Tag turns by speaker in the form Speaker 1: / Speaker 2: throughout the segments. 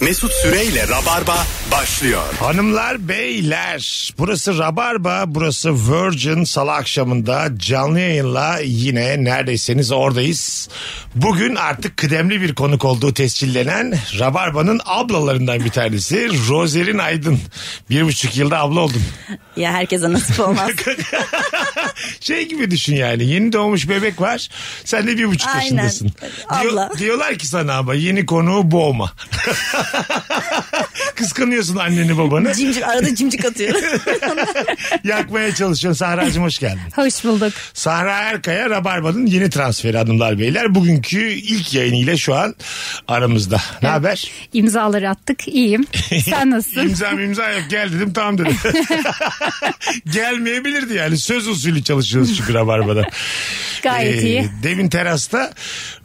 Speaker 1: Mesut Süreyle Rabarba başlıyor.
Speaker 2: Hanımlar beyler burası Rabarba burası Virgin salı akşamında canlı yayınla yine neredeyseniz oradayız. Bugün artık kıdemli bir konuk olduğu tescillenen Rabarba'nın ablalarından bir tanesi Rozerin Aydın. Bir buçuk yılda abla oldun.
Speaker 3: Ya herkese nasip olmaz.
Speaker 2: Şey gibi düşün yani yeni doğmuş bebek var sen de bir buçuk
Speaker 3: Aynen.
Speaker 2: yaşındasın.
Speaker 3: Abla.
Speaker 2: diyorlar ki sana ama yeni konuğu boğma. Kıskanıyorsun anneni babanı.
Speaker 3: cimcik arada cimcik atıyorum.
Speaker 2: Yakmaya çalışıyorsun. Sahra'cığım hoş geldin.
Speaker 4: Hoş bulduk.
Speaker 2: Sahra Erkaya Rabarba'nın yeni transferi hanımlar beyler. Bugünkü ilk yayınıyla şu an aramızda. Ne haber?
Speaker 4: İmzaları attık. İyiyim. Sen nasılsın?
Speaker 2: İmza imza yok gel dedim tamam dedim. Gelmeyebilirdi yani söz usulü çalışıyoruz çünkü Rabarba'da.
Speaker 4: Gayet
Speaker 2: Ee,
Speaker 4: iyi.
Speaker 2: Demin terasta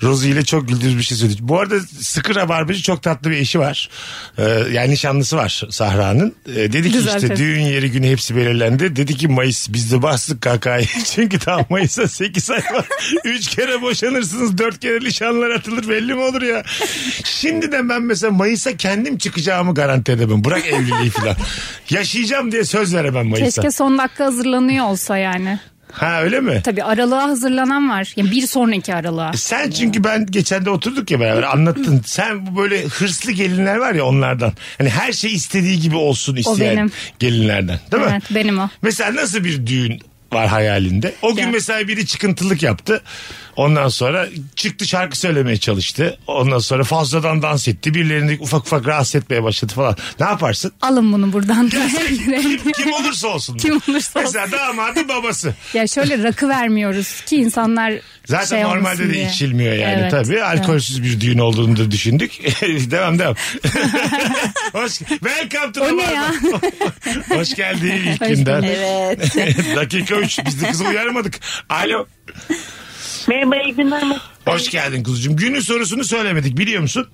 Speaker 2: Rozi ile çok güldüğümüz bir şey söyledik. Bu arada sıkı rabarbacı çok tatlı bir eşi var. Ee, yani nişanlısı var Sahra'nın. Ee, dedi ki
Speaker 4: Güzel
Speaker 2: işte
Speaker 4: kız.
Speaker 2: düğün yeri günü hepsi belirlendi. Dedi ki Mayıs biz de bastık kakayı. Çünkü tam Mayıs'a 8 ay var. 3 kere boşanırsınız 4 kere nişanlar atılır belli mi olur ya? Şimdiden ben mesela Mayıs'a kendim çıkacağımı garanti edemem. Bırak evliliği falan. Yaşayacağım diye söz veremem Mayıs'a.
Speaker 4: Keşke son dakika hazırlanıyor olsa yani.
Speaker 2: Ha öyle mi?
Speaker 4: Tabii aralığa hazırlanan var. Yani bir sonraki aralığa.
Speaker 2: Sen çünkü ben geçen de oturduk ya beraber anlattın. Sen bu böyle hırslı gelinler var ya onlardan. Hani her şey istediği gibi olsun isteyen
Speaker 4: benim.
Speaker 2: gelinlerden değil mi?
Speaker 4: Evet benim o.
Speaker 2: Mesela nasıl bir düğün var hayalinde? O gün
Speaker 4: Ya.
Speaker 2: mesela biri çıkıntılık yaptı. Ondan sonra çıktı şarkı söylemeye çalıştı. Ondan sonra fazladan dans etti. Birilerini ufak ufak rahatsız etmeye başladı falan. Ne yaparsın?
Speaker 4: Alın bunu buradan.
Speaker 2: kim, kim olursa olsun.
Speaker 4: Kim olursa
Speaker 2: Mesela damadın babası.
Speaker 4: ya şöyle rakı vermiyoruz ki insanlar
Speaker 2: Zaten
Speaker 4: şey olmasın
Speaker 2: normalde de
Speaker 4: diye.
Speaker 2: içilmiyor yani
Speaker 4: Evet,
Speaker 2: tabii. Alkolsüz bir düğün olduğunu da düşündük. devam devam. Hoş, welcome to
Speaker 4: O
Speaker 2: the
Speaker 4: ne ya?
Speaker 2: barbar. Hoş geldin ilk
Speaker 4: Hoş
Speaker 2: günden.
Speaker 3: evet.
Speaker 2: Dakika 3 biz de kızı uyarmadık. Alo.
Speaker 5: Merhaba iyi günler.
Speaker 2: Hoş geldin kuzucuğum. Günün sorusunu söylemedik biliyor musun?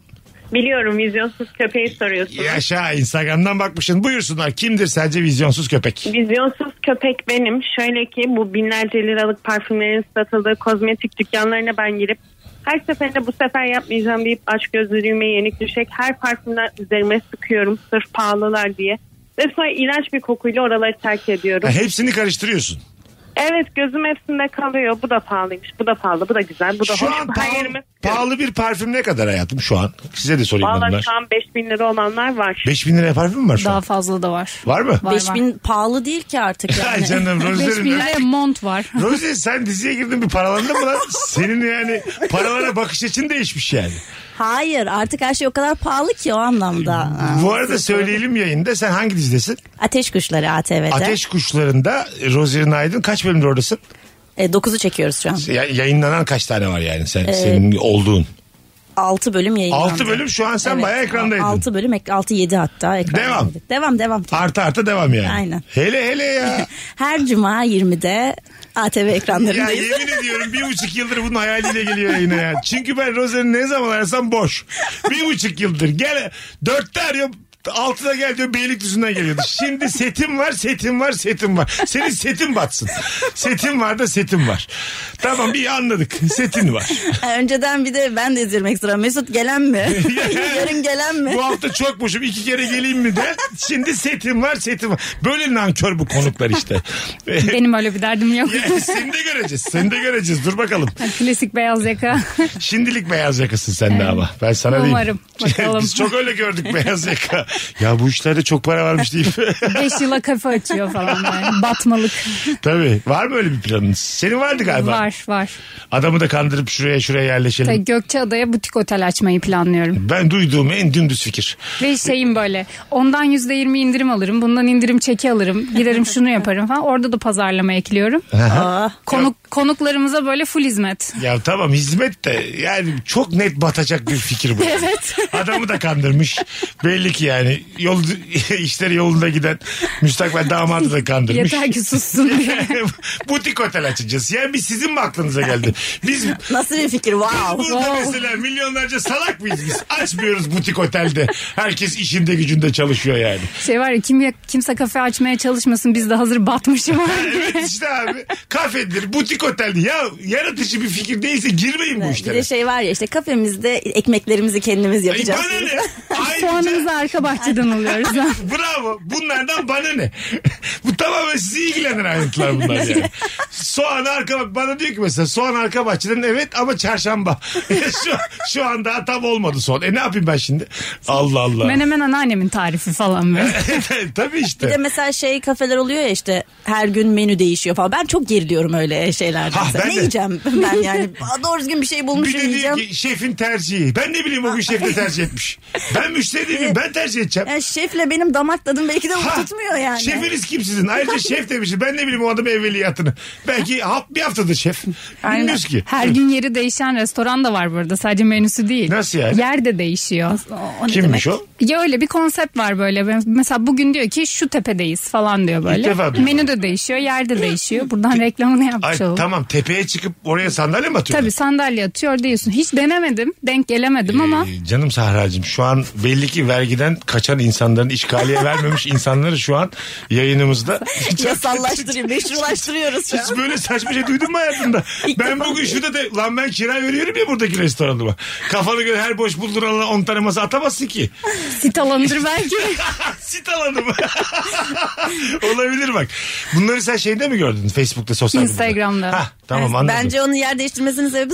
Speaker 5: Biliyorum vizyonsuz köpeği soruyorsunuz.
Speaker 2: Yaşa Instagram'dan bakmışsın. Buyursunlar kimdir sence vizyonsuz köpek?
Speaker 5: Vizyonsuz köpek benim. Şöyle ki bu binlerce liralık parfümlerin satıldığı kozmetik dükkanlarına ben girip her seferinde bu sefer yapmayacağım deyip aç gözlülüğüme yenik düşecek her parfümler üzerime sıkıyorum sırf pahalılar diye. Ve sonra iğrenç bir kokuyla oraları terk ediyorum.
Speaker 2: Ha, hepsini karıştırıyorsun.
Speaker 5: Evet gözüm hepsinde kalıyor. Bu da pahalıymış, bu da pahalı, bu da güzel, bu da
Speaker 2: Şu
Speaker 5: hoş.
Speaker 2: an
Speaker 5: Her
Speaker 2: pahalı,
Speaker 5: yerime sıkıyorum.
Speaker 2: pahalı bir parfüm ne kadar hayatım şu an? Size de sorayım
Speaker 5: Valla
Speaker 2: hanımlar.
Speaker 5: şu an 5000 lira olanlar var.
Speaker 2: 5000 liraya parfüm mü var şu
Speaker 4: Daha
Speaker 2: an?
Speaker 4: fazla da var.
Speaker 2: Var mı?
Speaker 4: Var,
Speaker 3: 5000 pahalı değil ki artık
Speaker 2: Ay
Speaker 3: yani.
Speaker 2: canım Rozerim.
Speaker 4: 5000 liraya mont var.
Speaker 2: Rozi sen diziye girdin bir paralandın mı lan? Senin yani paralara bakış açın değişmiş yani.
Speaker 3: Hayır artık her şey o kadar pahalı ki o anlamda. Ha.
Speaker 2: Bu arada söyleyelim yayında sen hangi dizidesin?
Speaker 3: Ateş Kuşları ATV'de.
Speaker 2: Ateş Kuşları'nda Rozerin Aydın kaç bölümde oradasın?
Speaker 3: E, 9'u çekiyoruz şu an.
Speaker 2: Ya- yayınlanan kaç tane var yani sen,
Speaker 3: Ee,
Speaker 2: senin olduğun?
Speaker 3: 6 bölüm yayınlandı.
Speaker 2: Altı bölüm şu an sen bayağı ekrandaydın.
Speaker 3: 6 bölüm 6-7 hatta ekrandaydık.
Speaker 2: Devam.
Speaker 3: Devam devam.
Speaker 2: Artı artı devam yani.
Speaker 3: Aynen.
Speaker 2: Hele hele ya.
Speaker 3: Her cuma 20'de ATV
Speaker 2: ya
Speaker 3: ekranlarındayız.
Speaker 2: yemin ediyorum bir buçuk yıldır bunun hayaliyle geliyor yine ya. Çünkü ben Rozer'i ne zaman arasam boş. Bir buçuk yıldır. Gel dörtte arıyor altıda gel diyor Beylikdüzü'nden geliyordu. Şimdi setim var setim var setim var. Senin setin batsın. Setim var da setim var. Tamam bir anladık. Setin var.
Speaker 3: Önceden bir de ben de izliyorum ekstra. Mesut gelen mi? Yarın gelen mi?
Speaker 2: Bu hafta çok boşum iki kere geleyim mi de. Şimdi setim var setim var. Böyle nankör bu konuklar işte.
Speaker 4: Benim öyle bir derdim yok.
Speaker 2: Yani seni de göreceğiz. Seni de göreceğiz. Dur bakalım.
Speaker 4: Klasik beyaz yaka.
Speaker 2: Şimdilik beyaz yakasın sen de ama. Ben sana diyeyim.
Speaker 4: Umarım. Bakalım.
Speaker 2: Biz çok öyle gördük beyaz yaka. Ya bu işlerde çok para varmış deyip.
Speaker 4: 5 yıla kafa açıyor falan yani. Batmalık.
Speaker 2: Tabii. Var mı öyle bir planınız? Senin vardı galiba.
Speaker 4: Var var.
Speaker 2: Adamı da kandırıp şuraya şuraya yerleşelim.
Speaker 4: Tabii Gökçeada'ya butik otel açmayı planlıyorum.
Speaker 2: Ben duyduğum en dümdüz fikir.
Speaker 4: Ve şeyim böyle ondan yüzde yirmi indirim alırım. Bundan indirim çeki alırım. Giderim şunu yaparım falan. Orada da pazarlama ekliyorum. Konuk, konuklarımıza böyle full hizmet.
Speaker 2: Ya tamam hizmet de yani çok net batacak bir fikir bu. evet. Adamı da kandırmış. Belli ki yani Yani yol, işleri yolunda giden müstakbel damadı da kandırmış.
Speaker 4: Yeter ki sussun diye.
Speaker 2: Butik otel açacağız. Yani biz sizin mi aklınıza geldi? Biz
Speaker 3: Nasıl bir fikir? Wow.
Speaker 2: burada mesela milyonlarca salak mıyız biz? Açmıyoruz butik otelde. Herkes işinde gücünde çalışıyor yani.
Speaker 4: Şey var ya kim, kimse kafe açmaya çalışmasın biz de hazır batmışım.
Speaker 2: Evet işte abi. Kafedir, butik oteldir. Ya yaratıcı bir fikir değilse girmeyin bu
Speaker 3: Bir
Speaker 2: işlere.
Speaker 3: de şey var ya işte kafemizde ekmeklerimizi kendimiz
Speaker 2: Ay,
Speaker 3: şey yapacağız.
Speaker 2: bana ne? Ayrıca
Speaker 4: Soğanımızı arka bahçeden alıyoruz.
Speaker 2: bravo. Bunlardan bana ne? bu tamamen sizi ilgilenir ayrıntılar bunlar yani. Soğan arka bak bana diyor ki mesela soğan arka bahçeden evet ama çarşamba. şu, şu an daha tam olmadı soğan. E ne yapayım ben şimdi? Allah Allah. E,
Speaker 4: Menemen anneannemin tarifi falan böyle.
Speaker 2: Tabii işte.
Speaker 3: Bir de mesela şey kafeler oluyor ya işte her gün menü değişiyor falan. Ben çok geriliyorum öyle şeylerden.
Speaker 2: Ha,
Speaker 3: mesela.
Speaker 2: ben
Speaker 3: ne
Speaker 2: de.
Speaker 3: yiyeceğim ben yani? Aa, Doğru düzgün bir şey
Speaker 2: Bir
Speaker 3: bulmuşum
Speaker 2: de diyor
Speaker 3: yiyeceğim.
Speaker 2: ki şefin tercihi. Ben ne bileyim o gün şef de tercih etmiş. Ben müşteri değilim ben tercih edeceğim.
Speaker 3: Yani şefle benim damak tadım belki de
Speaker 2: Ha,
Speaker 3: tutmuyor yani.
Speaker 2: Şefiniz kim sizin? Ayrıca şef demişiz. Ben ne bileyim o adamın evveliyatını. Belki hap bir haftadır şef. Bilmiyoruz ki.
Speaker 4: Her gün yeri değişen restoran da var burada. Sadece menüsü değil.
Speaker 2: Nasıl yani?
Speaker 4: Yer de değişiyor.
Speaker 3: O ne
Speaker 2: Kimmiş o?
Speaker 4: Ya öyle bir konsept var böyle. Ben- Mesela bugün diyor ki şu tepedeyiz falan diyor böyle.
Speaker 2: İlk defa duydum.
Speaker 4: Menü de değişiyor, yer de değişiyor. Buradan reklamını
Speaker 2: Ay,
Speaker 4: yapmış olalım.
Speaker 2: tamam tepeye çıkıp oraya sandalye mi atıyorlar?
Speaker 4: Tabii sandalye atıyor diyorsun. Hiç denemedim, denk gelemedim ama
Speaker 2: Ee, canım Sahra'cığım şu an belli ki vergiden kaçan insanların işgaliye vermemiş insanları şu an yayınımızda
Speaker 3: demek? Yasallaştırıyor, meşrulaştırıyoruz şu
Speaker 2: hiç
Speaker 3: an.
Speaker 2: böyle saçma şey duydun mu hayatında? ben bugün şurada de, lan ben kira veriyorum ya buradaki restoranıma. Kafana göre her boş bulduğun alana 10 tane masa atamazsın ki.
Speaker 4: sitalandır belki.
Speaker 2: Sit alanı mı? Olabilir bak. Bunları sen şeyde mi gördün? Facebook'ta, sosyal medyada?
Speaker 4: Instagram'da.
Speaker 2: Hah, tamam anladım.
Speaker 3: Bence onun yer değiştirmesinin sebebi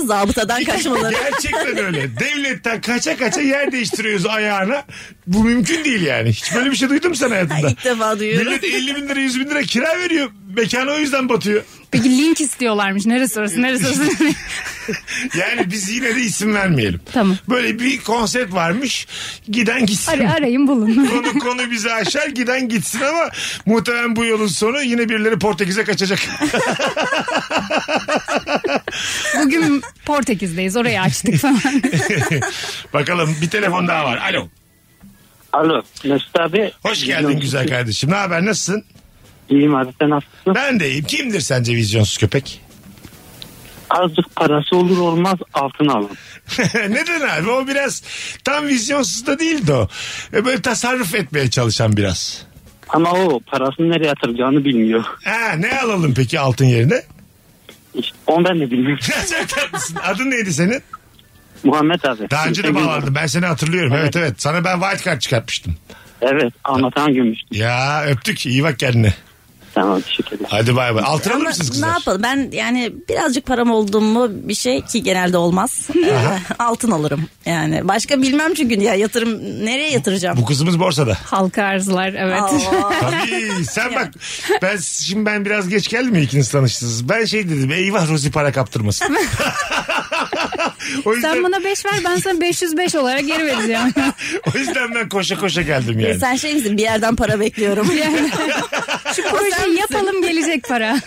Speaker 3: zabıtadan kaçmaları.
Speaker 2: Gerçekten öyle. Devletten kaça kaça yer değiştiriyoruz ayağına. Bu mümkün değil yani. Hiç böyle bir şey duydun mu sen hayatında?
Speaker 3: Ay, ilk defa duyuyorum.
Speaker 2: Millet 50 bin lira 100 bin lira kira veriyor. Mekanı o yüzden batıyor.
Speaker 4: Peki link istiyorlarmış. Neresi orası, neresi orası?
Speaker 2: Yani biz yine de isim vermeyelim.
Speaker 4: Tamam.
Speaker 2: Böyle bir konsept varmış. Giden gitsin.
Speaker 4: Ara, arayın bulun.
Speaker 2: konu konu bizi aşar giden gitsin ama muhtemelen bu yolun sonu yine birileri Portekiz'e kaçacak.
Speaker 4: Bugün Portekiz'deyiz, orayı açtık falan.
Speaker 2: Bakalım bir telefon daha var. Alo.
Speaker 6: Alo Mesut abi.
Speaker 2: Hoş geldin güzel kardeşim. Ne haber nasılsın?
Speaker 6: İyiyim abi sen nasılsın?
Speaker 2: Ben de iyiyim. Kimdir sence vizyonsuz köpek?
Speaker 6: Azıcık parası olur olmaz altın alın.
Speaker 2: Neden abi? O biraz tam vizyonsuz da değildi o. E, Böyle tasarruf etmeye çalışan biraz.
Speaker 6: Ama o parasını nereye yatıracağını bilmiyor.
Speaker 2: Ha, ne alalım peki altın yerine?
Speaker 6: İşte onu ben de bilmiyorum.
Speaker 2: Çok tatlısın. Adın neydi senin?
Speaker 6: Muhammed abi.
Speaker 2: Daha önce de bağlandım. Ben seni hatırlıyorum. Evet evet. Sana ben white card çıkartmıştım.
Speaker 6: Evet anlatan gümüştü.
Speaker 2: Ya öptük. İyi bak kendine.
Speaker 6: Tamam teşekkür ederim.
Speaker 2: Hadi bay bay. Altın alır
Speaker 3: Ama
Speaker 2: mısınız
Speaker 3: ne
Speaker 2: kızlar?
Speaker 3: yapalım ben yani birazcık param oldu mu bir şey ki genelde olmaz altın alırım yani başka bilmem çünkü ya yatırım nereye yatıracağım
Speaker 2: Bu kızımız borsada.
Speaker 4: Halka arzlar, evet.
Speaker 3: Allah.
Speaker 2: Tabii sen bak ben şimdi ben biraz geç geldim ya ikiniz tanıştınız. Ben şey dedim eyvah Rozi para kaptırmasın. o, yüzden,
Speaker 4: Sen bana 5 ver, ben sana 505 olarak geri vereceğim.
Speaker 2: o yüzden ben koşa koşa geldim yani.
Speaker 3: sen şey misin bir yerden para bekliyorum
Speaker 4: Yani
Speaker 3: şu
Speaker 4: projeyi yapalım gelecek para.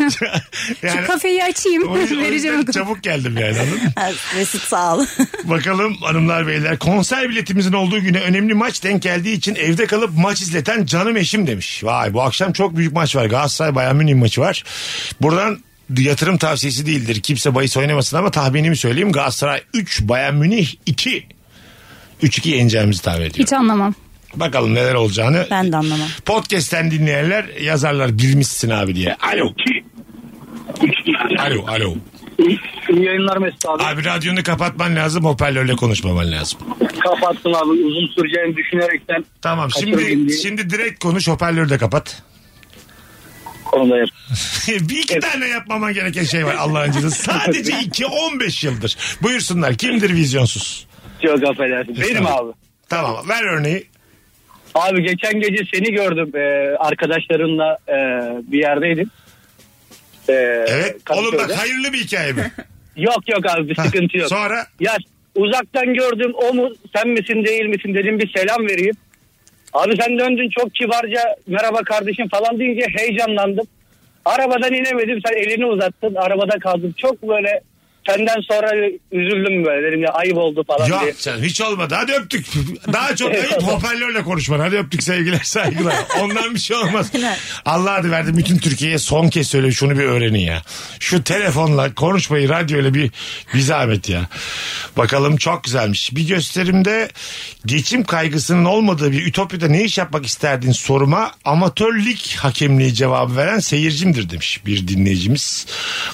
Speaker 2: yani
Speaker 4: Kafeyi açayım
Speaker 2: o yüzden- o
Speaker 4: vereceğim.
Speaker 2: yüzden
Speaker 4: o kadar.
Speaker 2: çabuk geldim yani anladın mı?
Speaker 3: Mesut sağ ol
Speaker 2: Bakalım hanımlar beyler konser biletimizin olduğu güne önemli maç denk geldiği için evde kalıp maç izleten canım eşim demiş. Vay bu akşam çok büyük maç var Galatasaray Bayern Münih maçı var. Buradan yatırım tavsiyesi değildir kimse bahis oynamasın ama tahminimi söyleyeyim Galatasaray 3 Bayern Münih 2. 3-2 yeneceğimizi tahmin ediyorum.
Speaker 4: Hiç anlamam.
Speaker 2: Bakalım neler olacağını.
Speaker 3: ben de anlamam
Speaker 2: Podcast'ten dinleyenler yazarlar bilmişsin abi diye. Alo. Alo alo.
Speaker 6: İyi yayınlar Mesut
Speaker 2: Abi radyonu kapatman lazım hoparlörle konuşmaman lazım.
Speaker 6: Kapattın abi uzun süreceğini düşünerekten
Speaker 2: Tamam
Speaker 6: Kaçırmayayım
Speaker 2: şimdi
Speaker 6: diye.
Speaker 2: şimdi direkt konuş hoparlörü de kapat.
Speaker 6: onu da yap.
Speaker 2: bir iki tane yapmaman gereken şey var Allah'ın cezası. Sadece iki 15 yıldır. Buyursunlar kimdir vizyonsuz?
Speaker 6: Çok affedersin. Benim abi.
Speaker 2: Tamam ver örneği.
Speaker 6: Abi geçen gece seni gördüm. Ee, arkadaşlarınla e, bir yerdeydim. Ee,
Speaker 2: Evet. Oğlum
Speaker 6: Kadıköy'de.
Speaker 2: bak hayırlı bir hikaye mi?
Speaker 6: Yok yok abi bir sıkıntı yok.
Speaker 2: Sonra
Speaker 6: Ya uzaktan gördüm o mu sen misin değil misin dedim bir selam vereyim. Abi sen döndün çok kibarca merhaba kardeşim falan deyince heyecanlandım. Arabadan inemedim sen elini uzattın arabada kaldım. Çok böyle senden sonra üzüldüm böyle dedim ya ayıp oldu falan
Speaker 2: Ya
Speaker 6: diye.
Speaker 2: sen hiç olmadı. Hadi öptük. Daha çok ayıp hoparlörle konuşman. Hadi öptük sevgiler saygılar. Ondan bir şey olmaz. Allah adı verdi bütün Türkiye'ye son kez söyle şunu bir öğrenin ya. Şu telefonla konuşmayı radyoyla bir, bir zahmet ya. Bakalım çok güzelmiş. Bir gösterimde geçim kaygısının olmadığı bir ütopyada ne iş yapmak isterdin soruma amatörlük hakemliği cevabı veren seyircimdir demiş bir dinleyicimiz.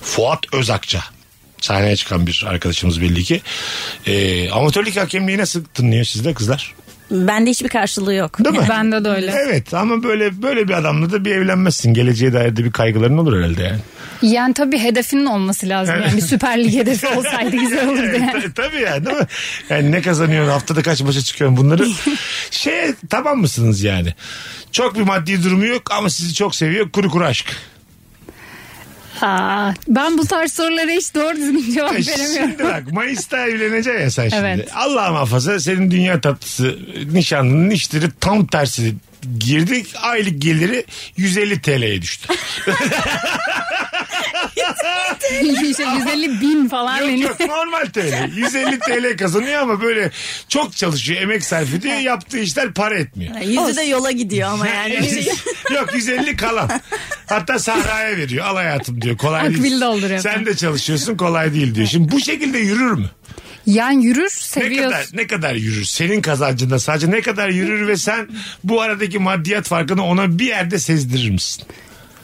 Speaker 2: Fuat Özakça sahneye çıkan bir arkadaşımız belli ki. Ee, amatörlük hakemliği nasıl tınlıyor sizde kızlar?
Speaker 3: Bende hiçbir karşılığı yok.
Speaker 2: Değil mi?
Speaker 4: Bende de öyle.
Speaker 2: Evet ama böyle böyle bir adamla da bir evlenmezsin. Geleceğe dair de bir kaygıların olur herhalde yani.
Speaker 4: Yani tabii hedefinin olması lazım. Yani bir Süper Lig hedefi olsaydı güzel olurdu
Speaker 2: Evet,
Speaker 4: yani.
Speaker 2: ta- Tabii yani değil mi? Yani ne kazanıyorsun haftada kaç maça çıkıyorsun bunları. Şeye tamam mısınız yani? Çok bir maddi durumu yok ama sizi çok seviyor kuru kuru aşk.
Speaker 4: Aa, ben bu tarz sorulara hiç doğru düzgün cevap
Speaker 2: E
Speaker 4: veremiyorum.
Speaker 2: Şimdi bak Mayıs'ta evleneceksin ya sen şimdi.
Speaker 4: Evet.
Speaker 2: Allah muhafaza senin dünya tatlısı nişanlının işleri tam tersi girdi. Aylık geliri 150 TL'ye düştü.
Speaker 4: işte 150 bin falan hani.
Speaker 2: yok
Speaker 4: benim.
Speaker 2: yok normal TL. 150 TL kazanıyor ama böyle çok çalışıyor. Emek sarf ediyor. Yaptığı işler para etmiyor.
Speaker 3: Yüzü de yola gidiyor ama yani.
Speaker 2: Yok 150 kalan. Hatta Sahra'ya veriyor. Al hayatım diyor. Kolay
Speaker 4: Akbil
Speaker 2: değil.
Speaker 4: dolduruyor.
Speaker 2: Sen de çalışıyorsun kolay değil diyor. Şimdi bu şekilde yürür mü?
Speaker 4: Yani yürür
Speaker 2: Ne kadar,
Speaker 4: seviyorsun.
Speaker 2: ne kadar yürür? Senin kazancında sadece ne kadar yürür ve sen bu aradaki maddiyat farkını ona bir yerde sezdirir misin?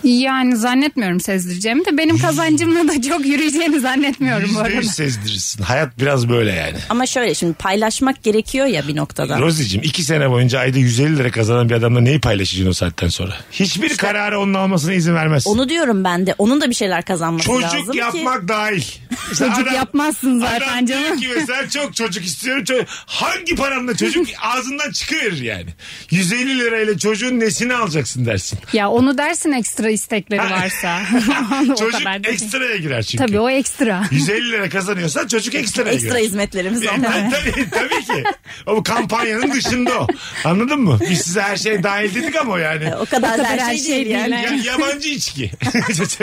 Speaker 4: Yani zannetmiyorum sezdireceğimi de benim kazancımla da çok yürüyeceğini zannetmiyorum bu
Speaker 2: Yüzde
Speaker 4: arada.
Speaker 2: yüz sezdirirsin. Hayat biraz böyle yani.
Speaker 3: Ama şöyle şimdi paylaşmak gerekiyor ya bir noktada.
Speaker 2: Rozi'cim iki sene boyunca ayda 150 lira kazanan bir adamla neyi paylaşacaksın o saatten sonra? Hiçbir kararı onun almasına izin vermezsin.
Speaker 3: Onu diyorum ben de. Onun da bir şeyler kazanması lazım
Speaker 2: Çocuk
Speaker 3: ki.
Speaker 2: yapmak dahil.
Speaker 4: Çocuk yapmazsın
Speaker 2: adam
Speaker 4: zaten
Speaker 2: diyor
Speaker 4: canım.
Speaker 2: ki mesela çok çocuk istiyorum. Ço- hangi paranla çocuk ağzından çıkıverir yani. 150 lirayla çocuğun nesini alacaksın dersin.
Speaker 4: Ya onu dersin ekstra istekleri varsa. O
Speaker 2: çocuk
Speaker 4: kadar da değil.
Speaker 2: ekstraya girer çünkü.
Speaker 4: Tabii o ekstra.
Speaker 2: 150 lira kazanıyorsa çocuk ekstra
Speaker 3: Ekstra
Speaker 2: E,
Speaker 3: hizmetlerimiz var.
Speaker 2: tabii, tabii ki. O bu kampanyanın dışında o. Anladın mı? Biz size her şey dahil dedik ama yani.
Speaker 4: E,
Speaker 3: O kadar da her şey değil yani.
Speaker 2: Ya, yabancı içki.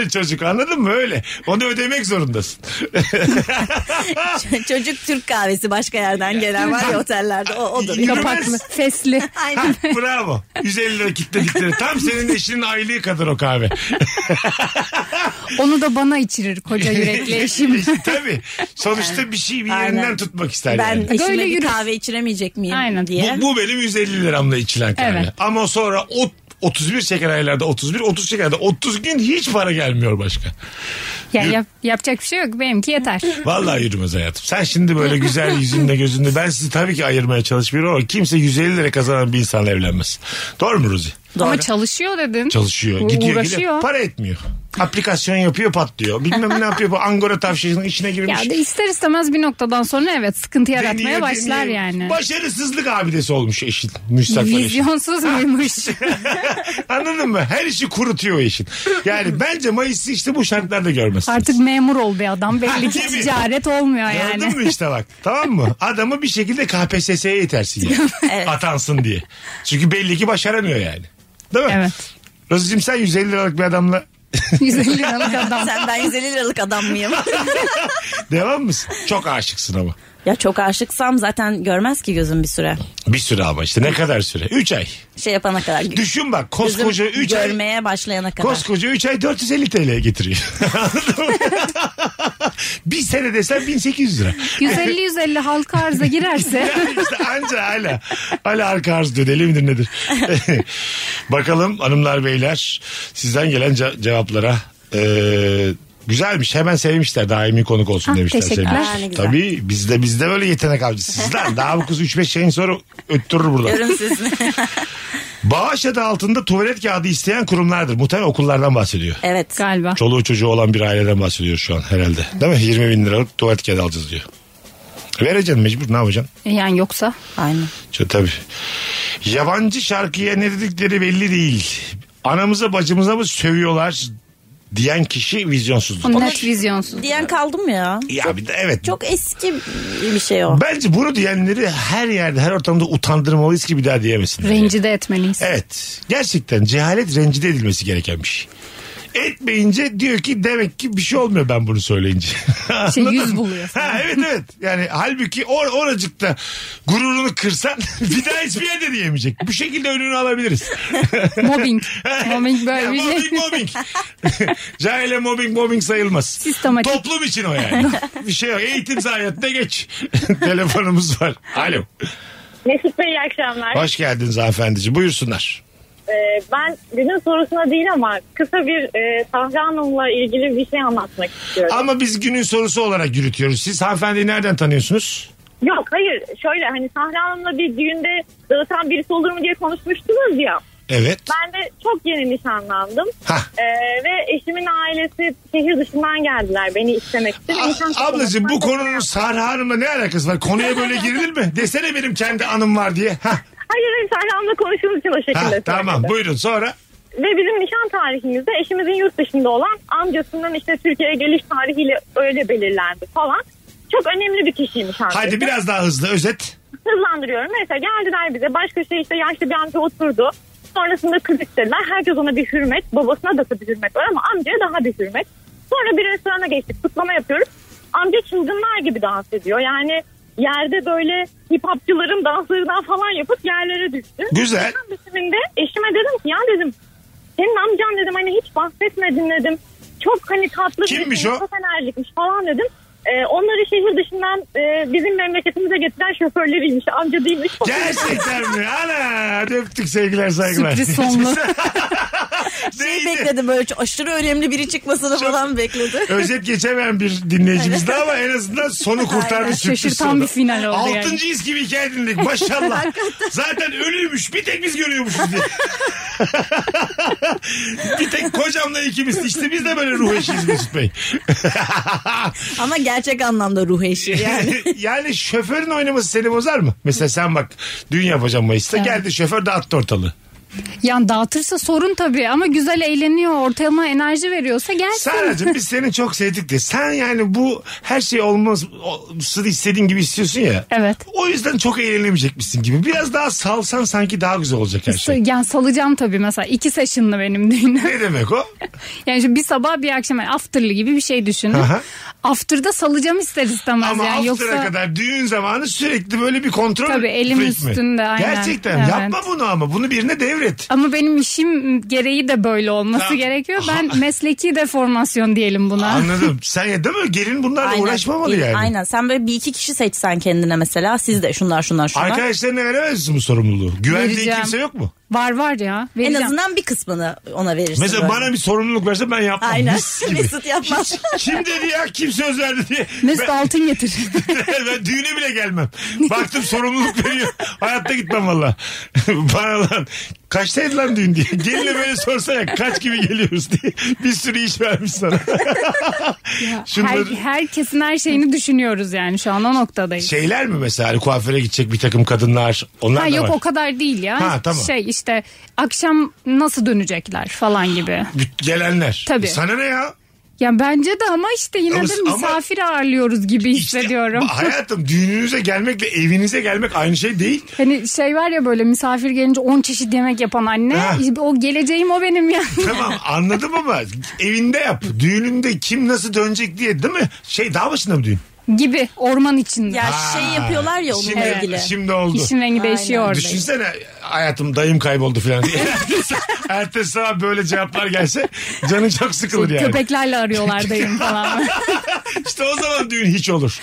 Speaker 2: çocuk anladın mı öyle? Onu ödemek zorundasın.
Speaker 3: Çocuk Türk kahvesi başka yerden gelen var ya otellerde o odur.
Speaker 2: Yürümez.
Speaker 4: Kapaklı, fesli.
Speaker 3: Aynen.
Speaker 2: Bravo. 150 lira kitledikleri. Tam senin eşinin aylığı kadar o kahve.
Speaker 4: Onu da bana içirir koca yürekli eşim.
Speaker 2: İşte Tabii. Sonuçta bir şey bir yerinden
Speaker 3: Aynen.
Speaker 2: tutmak ister
Speaker 3: Ben
Speaker 2: yani.
Speaker 3: eşime
Speaker 4: Böyle
Speaker 3: bir
Speaker 4: yürü.
Speaker 3: kahve içiremeyecek miyim
Speaker 4: Aynen.
Speaker 3: diye.
Speaker 2: Bu, bu benim 150 liramla içilen kahve.
Speaker 4: Evet.
Speaker 2: Ama sonra o 31 şeker aylarda 31, 30 şekerde 30 gün hiç para gelmiyor başka.
Speaker 4: Ya yap- yapacak bir şey yok. Benimki yeter.
Speaker 2: Vallahi yürümez hayatım. Sen şimdi böyle güzel yüzünde gözünde ben sizi tabii ki ayırmaya çalışmıyorum ama kimse 150 lira kazanan bir insanla evlenmez. Doğru mu Ruzi?
Speaker 4: Ama
Speaker 3: Doğru.
Speaker 4: çalışıyor dedin.
Speaker 2: Çalışıyor.
Speaker 4: U-
Speaker 2: gidiyor gidiyor.
Speaker 4: uğraşıyor.
Speaker 2: Para etmiyor. Aplikasyon yapıyor patlıyor. Bilmem ne yapıyor. Bu Angora tavşanının içine girmiş.
Speaker 4: Ya da ister istemez bir noktadan sonra evet sıkıntı
Speaker 2: Deniyor,
Speaker 4: yaratmaya başlar
Speaker 2: deniyor.
Speaker 4: yani.
Speaker 2: Başarısızlık abidesi olmuş eşin. Müstakbel eşin.
Speaker 4: Vizyonsuz muymuş?
Speaker 2: Anladın mı? Her işi kurutuyor eşin. Yani bence Mayıs'ı işte bu şartlarda görmezsiniz.
Speaker 4: Artık memur oldu ya adam. Belli ki
Speaker 2: Değil mi?
Speaker 4: ticaret olmuyor
Speaker 2: Gördün
Speaker 4: yani.
Speaker 2: mü işte bak tamam mı? Adamı bir şekilde KPSS'ye yetersin yani.
Speaker 3: Evet.
Speaker 2: Atansın diye. Çünkü belli ki başaramıyor yani. Değil mi?
Speaker 4: Evet.
Speaker 2: Rozucuğum sen 150 liralık bir adamla
Speaker 4: 150 liralık adam.
Speaker 3: Sen ben 150 liralık adam mıyım?
Speaker 2: devam mısın? Çok aşıksın ama.
Speaker 3: ya çok aşıksam zaten görmez ki gözüm bir süre.
Speaker 2: Bir süre ama işte ne kadar süre? 3 ay.
Speaker 3: Şey yapana kadar.
Speaker 2: Düşün bak
Speaker 3: Gözüm
Speaker 2: koskoca 3 ay.
Speaker 3: görmeye başlayana kadar.
Speaker 2: Koskoca 3 ay 450 TL'ye getiriyor. Anladın mı? bir sene desen 1800 lira.
Speaker 4: 150-150 halka arza girerse
Speaker 2: işte anca hala. Hala arka arz diyor. Deli midir nedir? Bakalım hanımlar beyler sizden gelen ce- cevaplara. Ee, güzelmiş. Hemen sevmişler. Daimi konuk olsun
Speaker 4: Ah,
Speaker 2: demişler.
Speaker 4: teşekkürler.
Speaker 2: sevmiş.
Speaker 3: Aa, ne güzel.
Speaker 2: Tabii bizde bizde böyle yetenek avcısı. Sizler daha bu kız 3-5 şeyin sonra öttürür burada.
Speaker 3: Görün siz.
Speaker 2: Bağış adı altında tuvalet kağıdı isteyen kurumlardır. Muhtemelen okullardan bahsediyor.
Speaker 3: evet.
Speaker 4: galiba.
Speaker 2: Çoluğu çocuğu olan bir aileden bahsediyoruz şu an herhalde. Değil mi? 20 bin liralık tuvalet kağıdı alacağız diyor. Vereceksin mecbur ne yapacaksın?
Speaker 4: Yani yoksa
Speaker 3: Aynen.
Speaker 2: Çok tabii. Yabancı şarkıya ne dedikleri belli değil. Anamıza bacımıza mı sövüyorlar diyen kişi vizyonsuzdur.
Speaker 4: o net vizyonsuz.
Speaker 3: Diyen kaldım ya.
Speaker 2: Ya bir de evet.
Speaker 3: Çok eski bir şey o.
Speaker 2: Bence bunu diyenleri her yerde her ortamda utandırmalıyız ki bir daha diyemesinler.
Speaker 4: Rencide etmeliyiz.
Speaker 2: Evet. Gerçekten cehalet rencide edilmesi gereken bir şey. Etmeyince diyor ki demek ki bir şey olmuyor ben bunu söyleyince.
Speaker 4: Şey,
Speaker 2: Anladın
Speaker 4: yüz
Speaker 2: mı?
Speaker 4: buluyor falan.
Speaker 2: Ha, evet evet. Yani halbuki or oracıkta gururunu kırsan bir daha hiçbir yerde diyemeyecek. Bu şekilde önünü alabiliriz.
Speaker 4: Mobbing. Mobbing
Speaker 2: Ya,
Speaker 4: böyle bir
Speaker 2: mobbing
Speaker 4: şey.
Speaker 2: mobbing. Cahile mobbing mobbing sayılmaz.
Speaker 4: Sistematik.
Speaker 2: Toplum için o yani. bir şey yok. Eğitim zayiatına geç. Telefonumuz var. Alo.
Speaker 7: Mesut Bey iyi akşamlar.
Speaker 2: Hoş geldiniz hanımefendiciğim. Buyursunlar.
Speaker 7: Ee, ben günün sorusuna değil ama kısa bir e, Sahra Hanım'la ilgili bir şey anlatmak istiyorum.
Speaker 2: Ama biz günün sorusu olarak yürütüyoruz. Siz hanımefendiyi nereden tanıyorsunuz?
Speaker 7: Yok hayır şöyle hani Sahra Hanım'la bir düğünde dağıtan birisi olur mu diye konuşmuştunuz ya.
Speaker 2: Evet.
Speaker 7: Ben de çok yeni nişanlandım.
Speaker 2: Hah.
Speaker 7: Ee, ve eşimin ailesi şehir dışından geldiler beni istemek için.
Speaker 2: A-
Speaker 7: İmkansız
Speaker 2: Ah, ablacığım bu
Speaker 7: olmasına-
Speaker 2: konunun Sarı Hanım'la ne alakası var? Konuya böyle girilir mi? Desene benim kendi anım var diye. Hah,
Speaker 7: Hayır hayır Sahra Hanım'la konuştuğumuz için o
Speaker 2: hah,
Speaker 7: şekilde
Speaker 2: tamam
Speaker 7: söyledim.
Speaker 2: buyurun sonra.
Speaker 7: Ve bizim nişan tarihimizde eşimizin yurt dışında olan amcasından işte Türkiye'ye geliş tarihiyle öyle belirlendi falan. Çok önemli bir kişiymiş amcası.
Speaker 2: Haydi biraz daha hızlı özet.
Speaker 7: Hızlandırıyorum. Mesela geldiler bize baş köşeye işte yaşlı bir amca oturdu. Sonrasında kız istediler. Herkes ona bir hürmet. Babasına da bir hürmet var ama amcaya daha bir hürmet. Sonra bir restorana geçtik. Kutlama yapıyoruz. Amca çılgınlar gibi dans ediyor. Yani yerde böyle hip hopçıların danslarından falan yapıp yerlere düştü.
Speaker 2: Güzel.
Speaker 7: Tam bitiminde eşime dedim ki ya dedim senin amcan dedim hani hiç bahsetmedin dedim. Çok hani tatlı
Speaker 2: Kimmiş
Speaker 7: bir
Speaker 2: o?
Speaker 7: profesyonellikmiş falan dedim. Ee, onları şehir dışından e, bizim memleketimize getiren şoförleriymiş. Amca değilmiş.
Speaker 2: Gerçekten mi? Ana hadi öptük sevgiler saygılar.
Speaker 4: Sürpriz sonlu.
Speaker 3: Şey
Speaker 2: Neydi?
Speaker 3: bekledim böyle çok aşırı önemli biri çıkmasını falan bekledim.
Speaker 2: Özet geçemeyen bir dinleyicimizdi ama en azından sonu kurtardı
Speaker 3: Aynen,
Speaker 2: sürpriz
Speaker 4: şaşırtan
Speaker 2: sonu.
Speaker 4: bir final oldu yani.
Speaker 2: Altıncıyız gibi hikaye dinledik maşallah. Zaten ölüymüş bir tek biz görüyormuşuz diye. bir tek kocamla ikimiz işte biz de böyle ruh eşiyiz Mesut Bey.
Speaker 3: Ama gerçek anlamda ruh eşi yani.
Speaker 2: Yani. şoförün oynaması seni bozar mı? Mesela sen bak düğün yapacağım Mayıs'ta geldi şoför dağıttı ortalığı.
Speaker 4: Yani dağıtırsa sorun tabii ama güzel eğleniyor. Ortama enerji veriyorsa gelsin.
Speaker 2: Saracığım biz seni çok sevdik de sen yani bu her şey olmaz olsun istediğin gibi istiyorsun ya.
Speaker 4: Evet.
Speaker 2: O yüzden çok eğlenemeyecekmişsin gibi. Biraz daha salsan sanki daha güzel olacak her şey.
Speaker 4: Yani salacağım tabii mesela. iki session'lı benim düğünüm.
Speaker 2: Ne demek o?
Speaker 4: Yani şu bir sabah bir akşam yani afterlı gibi bir şey düşünün.
Speaker 2: Aha.
Speaker 4: After'da salacağım ister istemez
Speaker 2: Ama
Speaker 4: yani.
Speaker 2: after'a
Speaker 4: Yoksa
Speaker 2: kadar düğün zamanı sürekli böyle bir kontrol.
Speaker 4: Tabii, elim
Speaker 2: freak mi?
Speaker 4: üstünde, aynen.
Speaker 2: Gerçekten
Speaker 4: Evet.
Speaker 2: yapma bunu ama bunu birine devret.
Speaker 4: ama benim işim gereği de böyle olması
Speaker 2: Tamam.
Speaker 4: gerekiyor. Ben mesleki deformasyon diyelim buna.
Speaker 2: Anladım. Sen ya değil mi? Gelin bunlarla
Speaker 3: Aynen.
Speaker 2: uğraşmamalı yani.
Speaker 3: Aynen sen böyle bir iki kişi seçsen kendine mesela siz de şunlar şunlar şunlar.
Speaker 2: Arkadaşlarına veremez misin bu sorumluluğu? Güvendiğin
Speaker 4: Vereceğim.
Speaker 2: kimse yok mu?
Speaker 4: Var var ya.
Speaker 3: en
Speaker 4: vereceğim.
Speaker 3: azından bir kısmını ona verirsin.
Speaker 2: Mesela
Speaker 3: böyle.
Speaker 2: bana bir sorumluluk verse ben yapmam.
Speaker 3: Aynen.
Speaker 2: Mis gibi.
Speaker 3: Mesut yapmaz.
Speaker 2: Kim dedi ya? Kim söz verdi diye.
Speaker 4: Mesut
Speaker 2: Ben-
Speaker 4: altın getir.
Speaker 2: ben düğüne bile gelmem. Baktım sorumluluk veriyor. Hayatta gitmem valla. Bana lan kaçtaydı lan düğün diye. Gelinle böyle sorsa ya kaç gibi geliyoruz diye. Bir sürü iş vermiş sana.
Speaker 4: Her,
Speaker 2: Şunları,
Speaker 4: herkesin her şeyini düşünüyoruz yani şu an o noktadayız.
Speaker 2: şeyler mi mesela hani kuaföre gidecek bir takım kadınlar onlar
Speaker 4: Ha,
Speaker 2: da
Speaker 4: yok
Speaker 2: var.
Speaker 4: o kadar değil ya.
Speaker 2: Ha, tamam.
Speaker 4: Şey işte akşam nasıl dönecekler falan gibi.
Speaker 2: Gelenler. E,
Speaker 4: Tabii.
Speaker 2: Sana ne ya?
Speaker 4: Ya bence de ama işte yine
Speaker 2: Ama-
Speaker 4: de
Speaker 2: ama-
Speaker 4: misafir ağırlıyoruz gibi
Speaker 2: İşte
Speaker 4: hissediyorum.
Speaker 2: hayatım düğününüze gelmekle evinize gelmek aynı şey değil.
Speaker 4: Hani şey var ya böyle misafir gelince 10 çeşit yemek yapan anne.
Speaker 2: Ha.
Speaker 4: O geleceğim o benim yani.
Speaker 2: Tamam anladım ama evinde yap. Düğününde kim nasıl dönecek diye değil mi? Şey daha başında mı düğün?
Speaker 4: gibi orman içinde.
Speaker 3: ya
Speaker 2: Ha,
Speaker 3: şey yapıyorlar ya onunla
Speaker 2: şimdi,
Speaker 3: ilgili.
Speaker 2: Şimdi oldu.
Speaker 4: İşin rengi değişiyor orada.
Speaker 2: Düşünsene hayatım dayım kayboldu falan diye. Ertesi- Ertesi sabah böyle cevaplar gelse canın çok sıkılır yani.
Speaker 4: Köpeklerle arıyorlar dayım falan.
Speaker 2: İşte o zaman düğün hiç olur.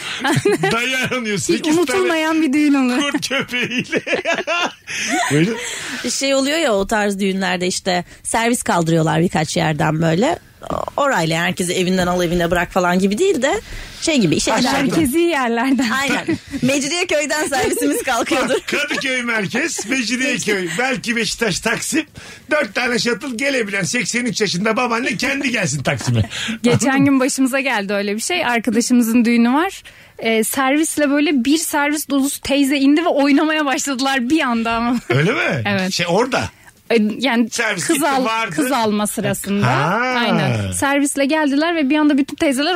Speaker 2: Dayı aranıyor.
Speaker 4: Hiç
Speaker 2: Sekiz tane
Speaker 4: unutulmayan bir düğün olur.
Speaker 2: kurt köpeğiyle. böyle
Speaker 3: Şey oluyor ya o tarz düğünlerde işte servis kaldırıyorlar birkaç yerden böyle. Orayla yani herkesi evinden al evine bırak falan gibi değil de şey gibi işe gider gibi.
Speaker 4: Merkezi yerlerden.
Speaker 3: Aynen. Mecidiyeköy'den servisimiz kalkıyordur.
Speaker 2: Kadıköy merkez, Mecidiyeköy, belki Beşiktaş, Taksim. Dört tane şatıl gelebilen 83 yaşında babaanne kendi gelsin Taksim'e.
Speaker 4: Geçen gün başımıza geldi öyle bir şey. Arkadaşımızın düğünü var. Ee, servisle böyle bir servis dolusu teyze indi ve oynamaya başladılar bir anda ama.
Speaker 2: Öyle mi?
Speaker 4: Evet.
Speaker 2: Şey orada.
Speaker 4: Ee, Yani
Speaker 2: Servis
Speaker 4: kız,
Speaker 2: gitti,
Speaker 4: al,
Speaker 2: vardı.
Speaker 4: kız alma sırasında.
Speaker 2: Ha.
Speaker 4: Aynen. Servisle geldiler ve bir anda bütün teyzeler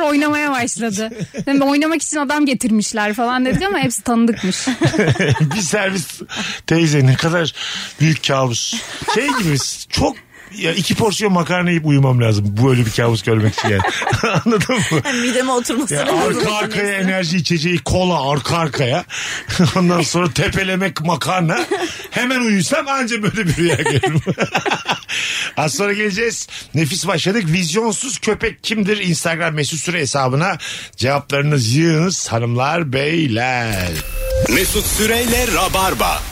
Speaker 4: oynamaya başladı. Yani oynamak için adam getirmişler falan dedik ama hepsi tanıdıkmış.
Speaker 2: bir servis teyze ne kadar büyük kabus. Şey gibi çok ya iki porsiyon makarna yiyip uyumam lazım. Bu öyle bir kabus görmek için yani. Anladın mı?
Speaker 3: Mideme oturması
Speaker 2: Ya
Speaker 3: lazım.
Speaker 2: arka arkaya enerji içeceği kola arka arkaya. Ondan sonra tepelemek makarna. Hemen uyusam anca böyle bir rüya görürüm. Az sonra geleceğiz. Nefis başladık. Vizyonsuz köpek kimdir? Instagram mesut süre hesabına cevaplarınız yığınız hanımlar beyler.
Speaker 1: Mesut Süreyle Rabarba.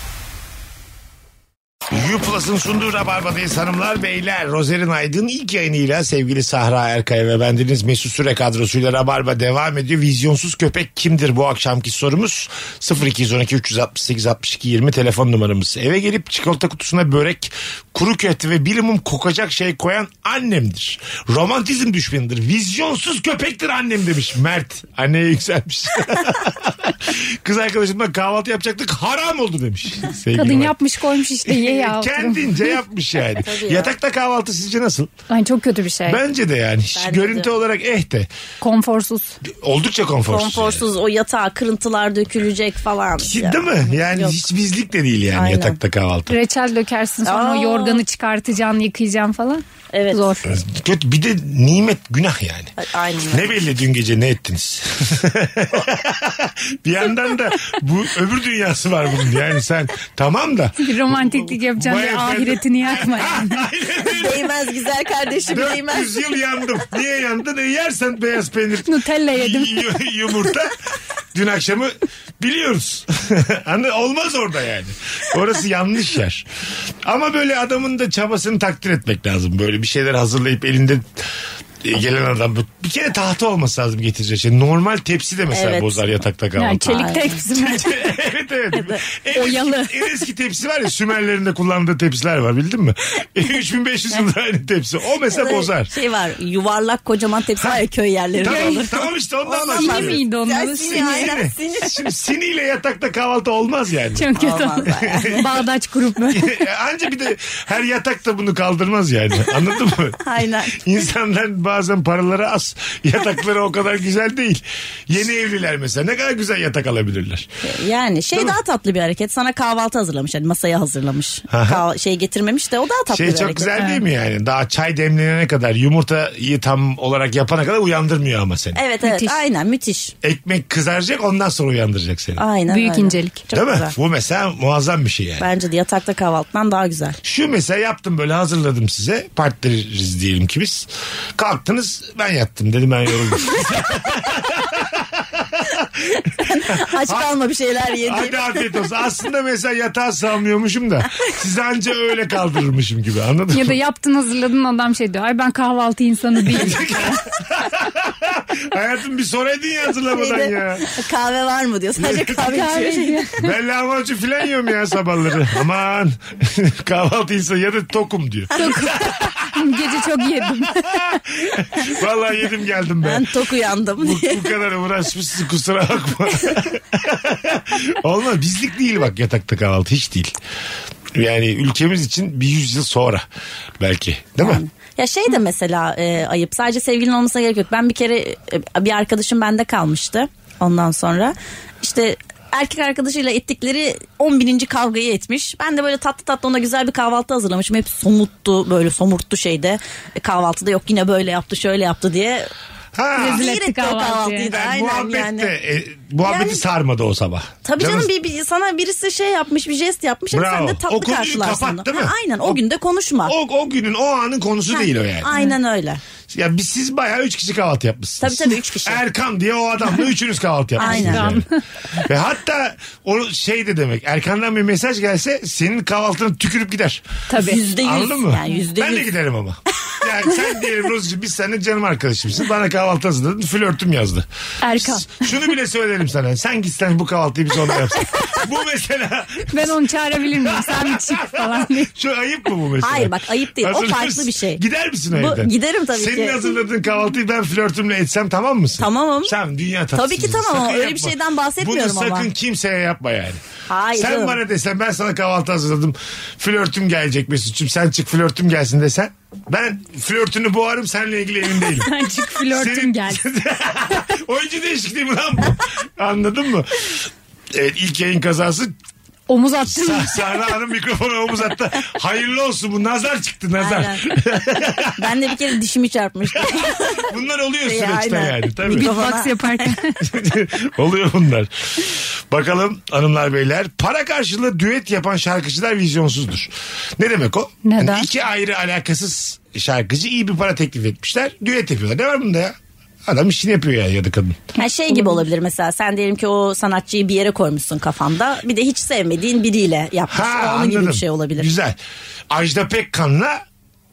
Speaker 2: Yuplas'ın sunduğu Rabarba'dayız hanımlar beyler. Rozerin Aydın ilk yayınıyla sevgili Sahra Erkaya ve bendeniz Mesut Süre kadrosuyla Rabarba devam ediyor. Vizyonsuz köpek kimdir bu akşamki sorumuz? 0212 368 62 20 telefon numaramız. Eve gelip çikolata kutusuna börek, kuru köfte ve bilimum kokacak şey koyan annemdir. Romantizm düşmanıdır. Vizyonsuz köpektir annem demiş Mert. Anneye yükselmiş. Kız arkadaşımla kahvaltı yapacaktık haram oldu demiş. Sevgili
Speaker 4: Kadın
Speaker 2: Mert.
Speaker 4: yapmış koymuş işte ye ya.
Speaker 2: Kendince yapmış yani.
Speaker 3: Tabii ya.
Speaker 2: Yatakta kahvaltı sizce nasıl?
Speaker 4: Ay çok kötü bir şey.
Speaker 2: Bence de yani. Hiç
Speaker 3: Bence
Speaker 2: görüntü
Speaker 3: de.
Speaker 2: olarak eh de.
Speaker 4: Konforsuz.
Speaker 2: Oldukça konforsuz. yani.
Speaker 3: Konforsuz o yatağa kırıntılar dökülecek falan.
Speaker 2: Ki- Değil mi? Yani
Speaker 3: Yok.
Speaker 2: hiç bizlik de değil yani
Speaker 3: Aynen.
Speaker 2: yatakta kahvaltı.
Speaker 4: Reçel dökersin sonra
Speaker 3: Aa.
Speaker 4: o yorganı çıkartacaksın yıkayacaksın falan.
Speaker 3: Evet.
Speaker 4: Zor.
Speaker 2: Kötü bir de nimet günah yani.
Speaker 3: Aynen.
Speaker 2: Ne belli dün gece ne ettiniz? bir yandan da bu öbür dünyası var bunun. Yani sen tamam da.
Speaker 4: Bir romantiklik yapacaksın
Speaker 2: Vay
Speaker 4: diye
Speaker 2: efendim.
Speaker 4: ahiretini yakma.
Speaker 2: Ha,
Speaker 4: yani.
Speaker 2: Aynen öyle.
Speaker 3: Değmez güzel kardeşim değmez.
Speaker 2: 400 yıl yandım. Niye yandın? E yersen beyaz peynir.
Speaker 4: Nutella yedim.
Speaker 2: y- yumurta. Dün akşamı biliyoruz. Anladın? Olmaz orada yani. Orası yanlış yer. Ama böyle adamın da çabasını takdir etmek lazım. Böyle bir şeyler hazırlayıp elinde e, gelen adam. Bir kere tahta olması lazım getireceği şey. Normal tepsi de mesela
Speaker 3: Evet.
Speaker 2: bozar yatakta
Speaker 4: Yani
Speaker 2: kahvaltı.
Speaker 4: çelik tepsi mi?
Speaker 2: evet evet. En
Speaker 4: Oyalı.
Speaker 2: Eski, en eski tepsi var ya Sümerlerin de kullandığı tepsiler var bildin mi? 3500 yıldır aynı tepsi. O mesela bozar.
Speaker 3: Şey var yuvarlak kocaman tepsi var ya köy yerlerinde
Speaker 2: Tamam,
Speaker 3: olur.
Speaker 2: tamam işte ondan
Speaker 3: Ondan
Speaker 4: Sini
Speaker 2: bahsediyorum.
Speaker 4: miydi onun
Speaker 3: Ya
Speaker 4: adı?
Speaker 3: sini,
Speaker 4: Sini.
Speaker 3: aynen
Speaker 2: Sini.
Speaker 3: sini.
Speaker 2: Şimdi siniyle yatakta kahvaltı olmaz yani.
Speaker 4: Çok kötü
Speaker 3: Olmaz
Speaker 4: oldu. Bağdaç grup mu?
Speaker 2: Anca bir de her yatak da bunu kaldırmaz yani. Anladın mı?
Speaker 3: Aynen.
Speaker 2: İnsanlar bazen paraları az. Yatakları o kadar güzel değil. Yeni evliler mesela ne kadar güzel yatak alabilirler.
Speaker 3: Yani şey daha tatlı bir hareket. Sana kahvaltı hazırlamış. Hani masaya hazırlamış. Kah- şey getirmemiş de o daha tatlı
Speaker 2: Şey
Speaker 3: bir
Speaker 2: çok
Speaker 3: hareket.
Speaker 2: güzel değil mi yani? Daha çay demlenene kadar yumurtayı tam olarak yapana kadar uyandırmıyor ama seni.
Speaker 3: Evet evet
Speaker 4: Müthiş.
Speaker 3: aynen müthiş.
Speaker 2: Ekmek kızaracak ondan sonra uyandıracak seni.
Speaker 3: Aynen
Speaker 4: Büyük
Speaker 3: aynen.
Speaker 4: incelik.
Speaker 3: Ah, Çok
Speaker 2: Değil mi?
Speaker 3: güzel.
Speaker 2: Bu mesela muazzam bir şey yani.
Speaker 3: Bence de yatakta kahvaltıdan daha güzel.
Speaker 2: Şu mesela yaptım böyle hazırladım size. Partneriz diyelim ki biz. Kalktınız ben yattım dedim ben yoruldum.
Speaker 3: Aç kalma bir şeyler yedi.
Speaker 2: Hadi afiyet olsun. Aslında mesela yatağa sığamıyormuşum da sizi anca öyle kaldırırmışım gibi anladın
Speaker 4: Ya da
Speaker 2: mı?
Speaker 4: yaptın hazırladın adam şey diyor. Ay ben kahvaltı insanı değilim.
Speaker 2: Hayatım bir soraydın ya hazırlamadan ya.
Speaker 3: Kahve var mı diyor. Sadece kahve
Speaker 4: Kahve
Speaker 3: içiyor.
Speaker 4: Şey diyor.
Speaker 2: Ben lahmacun filan yiyorum ya sabahları. Aman kahvaltı insanı ya da tokum diyor.
Speaker 4: Gece çok yedim.
Speaker 2: Vallahi yedim geldim ben.
Speaker 3: Ben tok uyandım
Speaker 2: Bu,
Speaker 3: diye.
Speaker 2: bu kadar uğraşmışsın kusura bakma. Olmaz bizlik değil bak yatakta kahvaltı hiç değil. Yani ülkemiz için bir yüzyıl sonra belki değil mi?
Speaker 3: Ya şey de mesela e, ayıp sadece sevgilin olmasına gerek yok. Ben bir kere e, bir arkadaşım bende kalmıştı ondan sonra. işte erkek arkadaşıyla ettikleri 11. kavgayı etmiş. Ben de böyle tatlı tatlı ona güzel bir kahvaltı hazırlamışım. Hep somuttu böyle somurttu şeyde. E, kahvaltıda yok yine böyle yaptı şöyle yaptı diye.
Speaker 2: Ha.
Speaker 4: Rezil
Speaker 3: Rezil
Speaker 4: etti
Speaker 3: etti o
Speaker 4: kahvaltıyı.
Speaker 3: kahvaltıyı da
Speaker 2: Yani
Speaker 3: aynen
Speaker 2: muhabbet de,
Speaker 3: yani.
Speaker 2: e, muhabbeti
Speaker 3: Yani-
Speaker 2: sarmadı o sabah.
Speaker 3: Tabii canım,
Speaker 2: Canınız-
Speaker 3: bir, bir- sana birisi şey yapmış bir jest yapmış ama
Speaker 2: Bravo.
Speaker 3: sen de tatlı
Speaker 2: O konuyu
Speaker 3: karşılarsın.
Speaker 2: kapat, değil
Speaker 3: Ha,
Speaker 2: mi?
Speaker 3: aynen o,
Speaker 2: O-
Speaker 3: günde konuşma.
Speaker 2: o, o günün o anın konusu değil o yani.
Speaker 3: Aynen öyle.
Speaker 2: Ya biz siz bayağı üç kişi kahvaltı yapmışsınız.
Speaker 3: Tabii, tabii, üç kişi.
Speaker 2: Erkan diye o adamla üçünüz kahvaltı yapmışsınız.
Speaker 3: Aynen.
Speaker 2: yani. Ve hatta o şey de demek Erkan'dan bir mesaj gelse senin kahvaltına tükürüp gider.
Speaker 4: Tabii.
Speaker 3: Yüzde yüz.
Speaker 2: Anladın mı?
Speaker 3: Yani yüzde
Speaker 2: ben de
Speaker 3: yüz.
Speaker 2: giderim ama. Yani sen diyelim Rozucuğum biz seninle canım arkadaşımsın. Bana kahvaltı hazırladın. Flörtüm yazdı.
Speaker 4: Erkan.
Speaker 2: S- Şunu bile söylerim sana. Sen gitsen bu kahvaltıyı biz onunla yapsak. bu mesela
Speaker 4: Ben onu çağırabilir miyim? Sen bir çık falan diye.
Speaker 2: şu ayıp mı bu mesela?
Speaker 3: Hayır, bak ayıp değil. O
Speaker 2: Hazırlar
Speaker 3: farklı
Speaker 2: mısın?
Speaker 3: bir şey.
Speaker 2: Gider misin o
Speaker 3: Bu-
Speaker 2: evden?
Speaker 3: giderim tabii
Speaker 2: Senin
Speaker 3: ki.
Speaker 2: hazırladığın kahvaltıyı ben flörtümle etsem tamam mısın?
Speaker 3: Tamamım.
Speaker 2: Sen dünya tatlısın.
Speaker 3: Tabii ki tamam ama
Speaker 2: Sakın
Speaker 3: öyle bir
Speaker 2: yapma.
Speaker 3: şeyden bahsetmiyorum
Speaker 2: Bunu sakın
Speaker 3: ama.
Speaker 2: kimseye yapma yani.
Speaker 3: Hayır
Speaker 2: Sen
Speaker 3: canım.
Speaker 2: bana desen ben sana kahvaltı hazırladım. Flörtüm gelecek Mesut'cum sen çık flörtüm gelsin desen. Ben flörtünü boğarım seninle ilgili emin değilim.
Speaker 4: Ben çık
Speaker 2: Senin-
Speaker 4: flörtüm geldi.
Speaker 2: Oyuncu değişikliği mi lan bu? Anladın mı? Evet ilk yayın E, kazası
Speaker 4: omuz attım.
Speaker 2: Sa- Sahra Hanım mikrofonu omuz attı. Hayırlı olsun bu nazar çıktı
Speaker 3: Aynen.
Speaker 2: nazar.
Speaker 3: ben de bir kere dişimi çarpmıştım.
Speaker 2: Bunlar oluyor
Speaker 3: Ya,
Speaker 2: süreçte
Speaker 3: Şey, aynen.
Speaker 2: yani. Tabii.
Speaker 4: Beatbox yaparken.
Speaker 2: oluyor bunlar. Bakalım hanımlar beyler. Para karşılığı düet yapan şarkıcılar vizyonsuzdur. Ne demek o?
Speaker 4: Neden?
Speaker 2: iki ayrı alakasız şarkıcı iyi bir para teklif etmişler. Düet yapıyorlar. Ne var bunda ya? Adam işini yapıyor ya ya da kadın.
Speaker 3: Yani şey gibi olabilir mesela sen diyelim ki o sanatçıyı bir yere koymuşsun kafanda bir de hiç sevmediğin biriyle yapmışsın.
Speaker 2: Ha
Speaker 3: Onun
Speaker 2: anladım.
Speaker 3: gibi bir şey olabilir.
Speaker 2: Güzel. Ajda Pekkan'la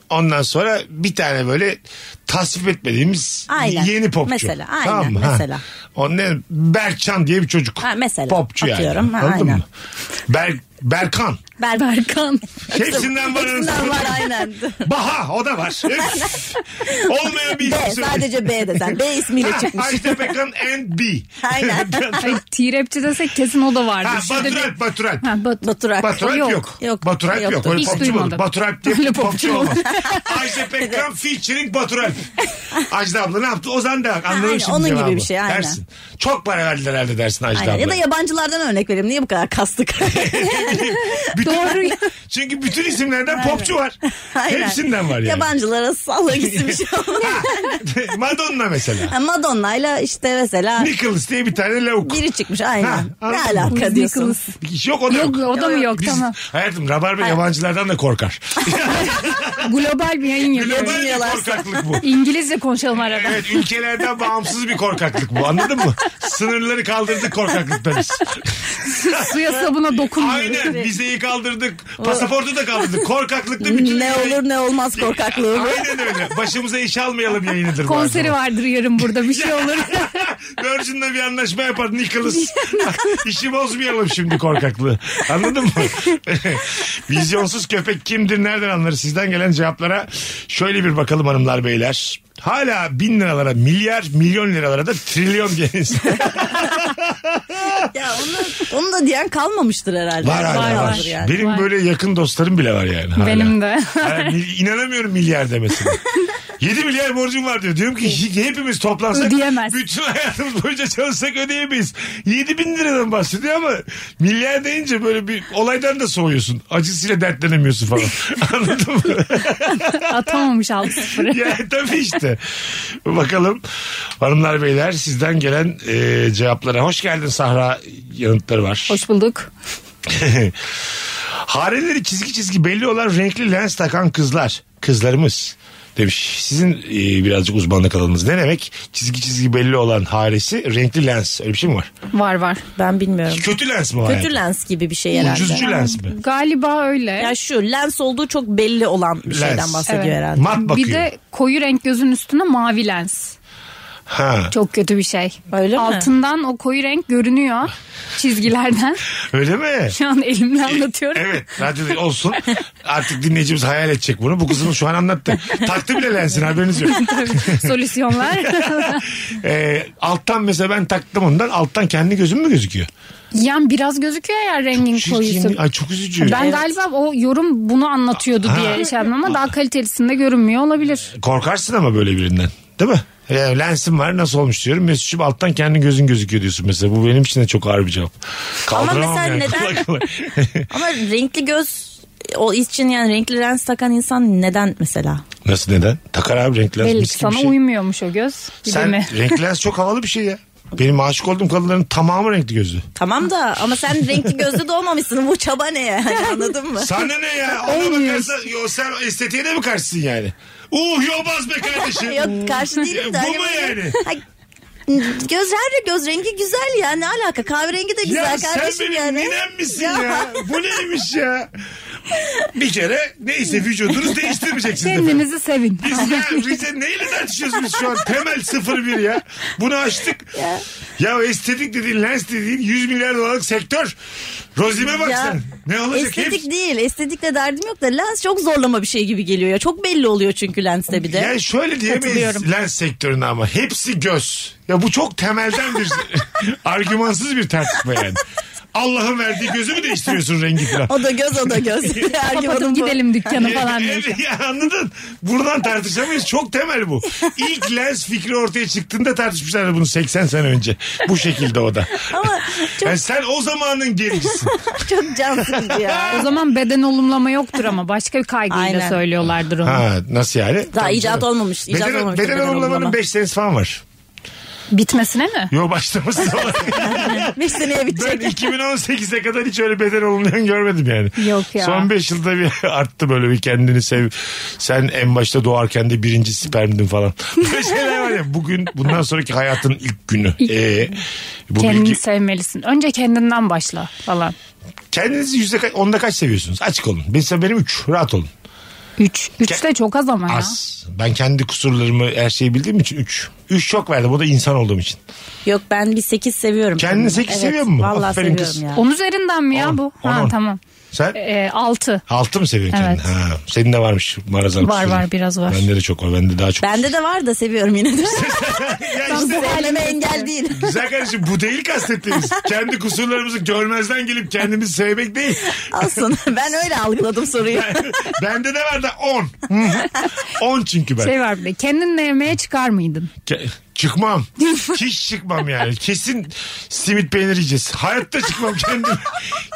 Speaker 2: ondan sonra bir tane böyle tasvip etmediğimiz
Speaker 3: Aynen.
Speaker 2: yeni popçu.
Speaker 3: Mesela, aynen,
Speaker 2: mı? Ha.
Speaker 3: mesela.
Speaker 2: Onun Berkcan diye bir çocuk.
Speaker 3: Ha, mesela.
Speaker 2: Popçu
Speaker 3: Atıyorum, ha,
Speaker 2: yani. Anladın
Speaker 3: aynen.
Speaker 2: mı? Ber- Berkan.
Speaker 3: Ber-
Speaker 4: Berkan.
Speaker 2: Hepsinden var.
Speaker 3: Hepsinden var aynen.
Speaker 2: Baha o da var. Olmayan bir
Speaker 3: B
Speaker 2: isim söyle.
Speaker 3: sadece B desen. B ismiyle
Speaker 2: Ha,
Speaker 3: çıkmış.
Speaker 2: Ajda Pekkan and B.
Speaker 3: Aynen.
Speaker 4: Ay T-Rapçi desek kesin o da vardı.
Speaker 2: Ha,
Speaker 4: Şurada bir-
Speaker 2: Batural, Batural.
Speaker 4: Ha, Bat-
Speaker 3: Batura.
Speaker 2: Baturalp yok.
Speaker 4: Yok.
Speaker 3: Yok.
Speaker 2: Baturalp yok.
Speaker 3: Yoktu.
Speaker 2: Öyle
Speaker 4: Hiç
Speaker 2: popçu mu olur?
Speaker 4: duymadım.
Speaker 2: Baturalp diye
Speaker 4: Öyle
Speaker 2: popçu
Speaker 4: popçu
Speaker 2: olmaz. Ajda Pekkan featuring Baturalp. Ajda abla ne yaptı? Ozan da anladım
Speaker 3: aynen,
Speaker 2: şimdi
Speaker 3: onun gibi
Speaker 2: cevabı.
Speaker 3: bir şey, aynen.
Speaker 2: Dersin. Çok para verdiler herhalde dersin Ajda
Speaker 3: Aynen.
Speaker 2: abla.
Speaker 3: Ya da yabancılardan örnek vereyim. Niye bu kadar kastık?
Speaker 2: bütün,
Speaker 4: Doğru ya.
Speaker 2: Çünkü bütün isimlerden popçu var.
Speaker 3: Aynen.
Speaker 2: Hepsinden var yani.
Speaker 3: Yabancılara salla gitsin bir şey olmaz.
Speaker 2: Madonna mesela.
Speaker 3: Yani Madonna'yla işte mesela
Speaker 2: Nicholas diye bir tane lavuk.
Speaker 3: biri çıkmış aynen.
Speaker 2: Ha,
Speaker 3: ne
Speaker 2: anladım.
Speaker 3: alaka diyorsun?
Speaker 4: Nicholas.
Speaker 2: Yok o da yok.
Speaker 4: Yok, o da mı yok?
Speaker 2: Biz-
Speaker 4: Tamam.
Speaker 2: Hayatım Rabarba yabancılardan da korkar.
Speaker 4: Global bir yayın yapıyoruz.
Speaker 2: Global bir
Speaker 3: Bilmiyorlarsa.
Speaker 2: korkaklık bu.
Speaker 4: İngilizce konuşalım arada.
Speaker 2: Evet ülkelerden bağımsız bir korkaklık bu anladın mı? Sınırları kaldırdık korkaklıktan biz.
Speaker 4: Suya sabuna dokunmuyoruz.
Speaker 2: Aynen vizeyi kaldırdık pasaportu da kaldırdık korkaklıkta bütün
Speaker 3: Ne
Speaker 2: dünyayı-
Speaker 3: olur ne olmaz korkaklığı bu.
Speaker 2: Aynen öyle başımıza iş almayalım yayınıdır. bu
Speaker 4: Konseri
Speaker 2: arada.
Speaker 4: vardır yarın burada bir şey olur.
Speaker 2: Virgin'le bir anlaşma yapar Nicholas. İşi bozmayalım şimdi korkaklığı. Anladın mı? Vizyonsuz köpek kimdir nereden anlarız? Sizden gelen cevaplara şöyle bir bakalım hanımlar beyler. Hala bin liralara milyar milyon liralara da trilyon geliz.
Speaker 3: Ya onu, onu da diyen kalmamıştır herhalde.
Speaker 2: Var hala var.
Speaker 3: Vardır yani.
Speaker 2: Benim
Speaker 4: Var.
Speaker 2: böyle yakın dostlarım bile var yani. Hala.
Speaker 4: Benim de.
Speaker 2: Yani mil- inanamıyorum milyar demesine. 7 milyar borcum var diyor. Diyorum ki hi- hepimiz toplansak
Speaker 4: Ödeyemez.
Speaker 2: bütün hayatımız boyunca çalışsak ödeyemeyiz. 7 bin liradan bahsediyor ama milyar deyince böyle bir olaydan da soğuyorsun. Acısıyla dertlenemiyorsun falan. Anladın mı?
Speaker 4: Atamamış 6-0'ı.
Speaker 2: ya tabii işte. Bakalım hanımlar beyler sizden gelen e, cevaplara. Hoş geldin Sahra yanıtları var.
Speaker 4: Hoş bulduk.
Speaker 2: Hareleri çizgi çizgi belli olan renkli lens takan kızlar. Kızlarımız demiş. Sizin e, birazcık uzmanlık alanınız. Ne demek? Çizgi çizgi belli olan haresi renkli lens. Öyle bir şey mi var?
Speaker 4: Var var.
Speaker 3: Ben bilmiyorum.
Speaker 2: Kötü lens mi var?
Speaker 3: Kötü lens gibi bir şey herhalde.
Speaker 2: Ucuzcu lens mi?
Speaker 4: Galiba öyle.
Speaker 3: Ya şu lens olduğu çok belli olan bir
Speaker 2: Lens.
Speaker 3: şeyden bahsediyor
Speaker 4: Evet.
Speaker 3: herhalde.
Speaker 2: Mat bakıyor.
Speaker 4: bir de koyu renk gözün üstüne mavi lens.
Speaker 2: Ha.
Speaker 4: Çok kötü bir şey.
Speaker 3: Öyle mi?
Speaker 4: Altından o koyu renk görünüyor çizgilerden.
Speaker 2: Öyle mi?
Speaker 4: Şu an elimle anlatıyorum.
Speaker 2: Şey, Evet radyoda olsun. Artık dinleyicimiz hayal edecek bunu. Bu kızımız şu an anlattı. Taktı bile lensin haberiniz yok.
Speaker 4: Solüsyonlar.
Speaker 2: Ee, alttan mesela ben taktım ondan. Alttan kendi gözüm mü gözüküyor?
Speaker 4: yani biraz gözüküyor ya rengin koyusu.
Speaker 2: Çirkin. Ay çok üzücü.
Speaker 4: Ben galiba o yorum bunu anlatıyordu diye şey yaptım ama daha kalitelisinde görünmüyor olabilir.
Speaker 2: Korkarsın ama böyle birinden. Değil mi? Yani lensim var nasıl olmuş diyorum. Mesut'cum alttan kendi gözün gözüküyor diyorsun mesela. Bu benim için de çok ağır bir cevap. Kaldıramam
Speaker 3: mesela
Speaker 2: yani. kolay
Speaker 3: neden-
Speaker 2: kolay.
Speaker 3: Ama renkli göz o için yani renkli lens takan insan neden mesela?
Speaker 2: nasıl neden? Takar abi renkli lens.
Speaker 4: Belli
Speaker 2: mis
Speaker 4: ki
Speaker 2: gibi
Speaker 4: sana
Speaker 2: bir şey.
Speaker 4: uymuyormuş o göz. gibi
Speaker 2: Sen
Speaker 4: mi?
Speaker 2: renkli lens çok havalı bir şey ya. Benim aşık olduğum kadınların tamamı renkli gözlü.
Speaker 3: Tamam da ama sen renkli gözlü de olmamışsın. Bu çaba ne yani anladın mı?
Speaker 2: Sana ne ya? Ona bakarsan yo, sen estetiğe de mi karşısın yani? Uh yobaz be kardeşim.
Speaker 3: Yok karşı değilim de.
Speaker 2: Bu
Speaker 3: hani
Speaker 2: mu
Speaker 3: böyle-
Speaker 2: yani?
Speaker 3: Ay, Göz her göz rengi güzel ya ne alaka kahverengi de güzel
Speaker 2: Ya sen
Speaker 3: kardeşim
Speaker 2: benim
Speaker 3: yani.
Speaker 2: ninem misin ya? Bu neymiş ya? Bir kere neyse vücudunuz değiştirmeyeceksiniz. efendim.
Speaker 4: Kendinizi sevin.
Speaker 2: Biz ya Rize neyle tartışıyoruz biz şu an? Temel 01 ya. Bunu açtık. Ya, estetik dediğin lens dediğin 100 milyar dolarlık sektör. Rozime bak
Speaker 3: Ya,
Speaker 2: sen. Ne olacak?
Speaker 3: Estetik
Speaker 2: Hep...
Speaker 3: değil estetikle derdim yok da lens çok zorlama bir şey gibi geliyor ya çok belli oluyor çünkü lenste bir de.
Speaker 2: Yani şöyle diyemeyiz
Speaker 3: Katılıyorum.
Speaker 2: lens sektörüne ama hepsi göz. Ya bu çok temelden bir argümansız bir tartışma yani. Allah'ın verdiği gözü mü değiştiriyorsun rengi falan?
Speaker 3: O da göz o da göz. Her gün onun
Speaker 4: Kapatıp
Speaker 3: bu-
Speaker 4: gidelim dükkanı falan
Speaker 2: Evet,
Speaker 4: diye.
Speaker 2: ya anladın. Buradan tartışamayız. Çok temel bu. İlk lens fikri ortaya çıktığında tartışmışlardı bunu 80 sene önce. Bu şekilde o da.
Speaker 3: Ama çok,
Speaker 2: Yani sen o zamanın gericisin.
Speaker 3: çok can sıkıcı ya.
Speaker 4: O zaman beden olumlama yoktur ama başka bir kaygıyla
Speaker 3: Aynen.
Speaker 4: söylüyorlardır onu.
Speaker 2: Ha nasıl yani?
Speaker 3: Daha
Speaker 2: Tabii
Speaker 3: icat
Speaker 2: canım.
Speaker 3: olmamış. İcat
Speaker 2: beden,
Speaker 3: olmamış
Speaker 2: beden
Speaker 3: beden
Speaker 2: olumlamanın
Speaker 3: olumlama.
Speaker 2: 5 senesi falan var.
Speaker 4: Bitmesine mi?
Speaker 2: Yo başlaması falan.
Speaker 3: 5 seneye
Speaker 2: ben
Speaker 3: bitecek.
Speaker 2: 2018'e kadar hiç öyle beden olumlayan görmedim yani.
Speaker 4: Yok ya.
Speaker 2: Son 5 yılda bir arttı böyle bir kendini sev. Sen en başta doğarken de birinci spermdin falan. Böyle şeyler var ya. Bugün bundan sonraki hayatın ilk günü. Ee, bu
Speaker 4: Kendini
Speaker 2: bilgi-
Speaker 4: sevmelisin. Önce kendinden başla falan.
Speaker 2: Kendinizi yüzde kaç, onda kaç seviyorsunuz? Açık olun. Mesela benim 3. Rahat olun.
Speaker 4: Üç. Üç
Speaker 2: Ke-
Speaker 4: de çok az ama ya.
Speaker 2: Az. Ben kendi kusurlarımı her şeyi bildiğim için 3. 3 çok verdim. O da insan olduğum için.
Speaker 3: Yok ben bir 8 seviyorum.
Speaker 2: Kendini sekiz seviyor musun?
Speaker 3: Valla
Speaker 2: Aferin
Speaker 3: seviyorum
Speaker 2: kız.
Speaker 3: ya.
Speaker 4: On üzerinden mi ya
Speaker 2: On,
Speaker 4: bu?
Speaker 2: on,
Speaker 4: ha
Speaker 2: on.
Speaker 4: tamam.
Speaker 2: Sen?
Speaker 4: Ee, altı.
Speaker 2: Altı mı seviyorsun
Speaker 4: Evet.
Speaker 2: kendini? Ha, senin de varmış marazan
Speaker 4: Var, var, biraz var.
Speaker 2: Bende de çok var. Bende daha çok.
Speaker 3: Bende de var da seviyorum yine de.
Speaker 2: Ya
Speaker 3: Tam
Speaker 2: işte,
Speaker 3: sevmeme engel değil.
Speaker 2: güzel kardeşim bu değil kastettiğimiz. Kendi kusurlarımızı görmezden gelip kendimizi sevmek değil.
Speaker 3: Aslında ben öyle algıladım soruyu.
Speaker 2: Bende de var da 10. 10 çünkü ben.
Speaker 4: Şey var bir de kendinle yemeğe çıkar mıydın?
Speaker 2: Ke- Çıkmam. Hiç çıkmam yani. Kesin simit peynir yiyeceğiz. Hayatta çıkmam kendim.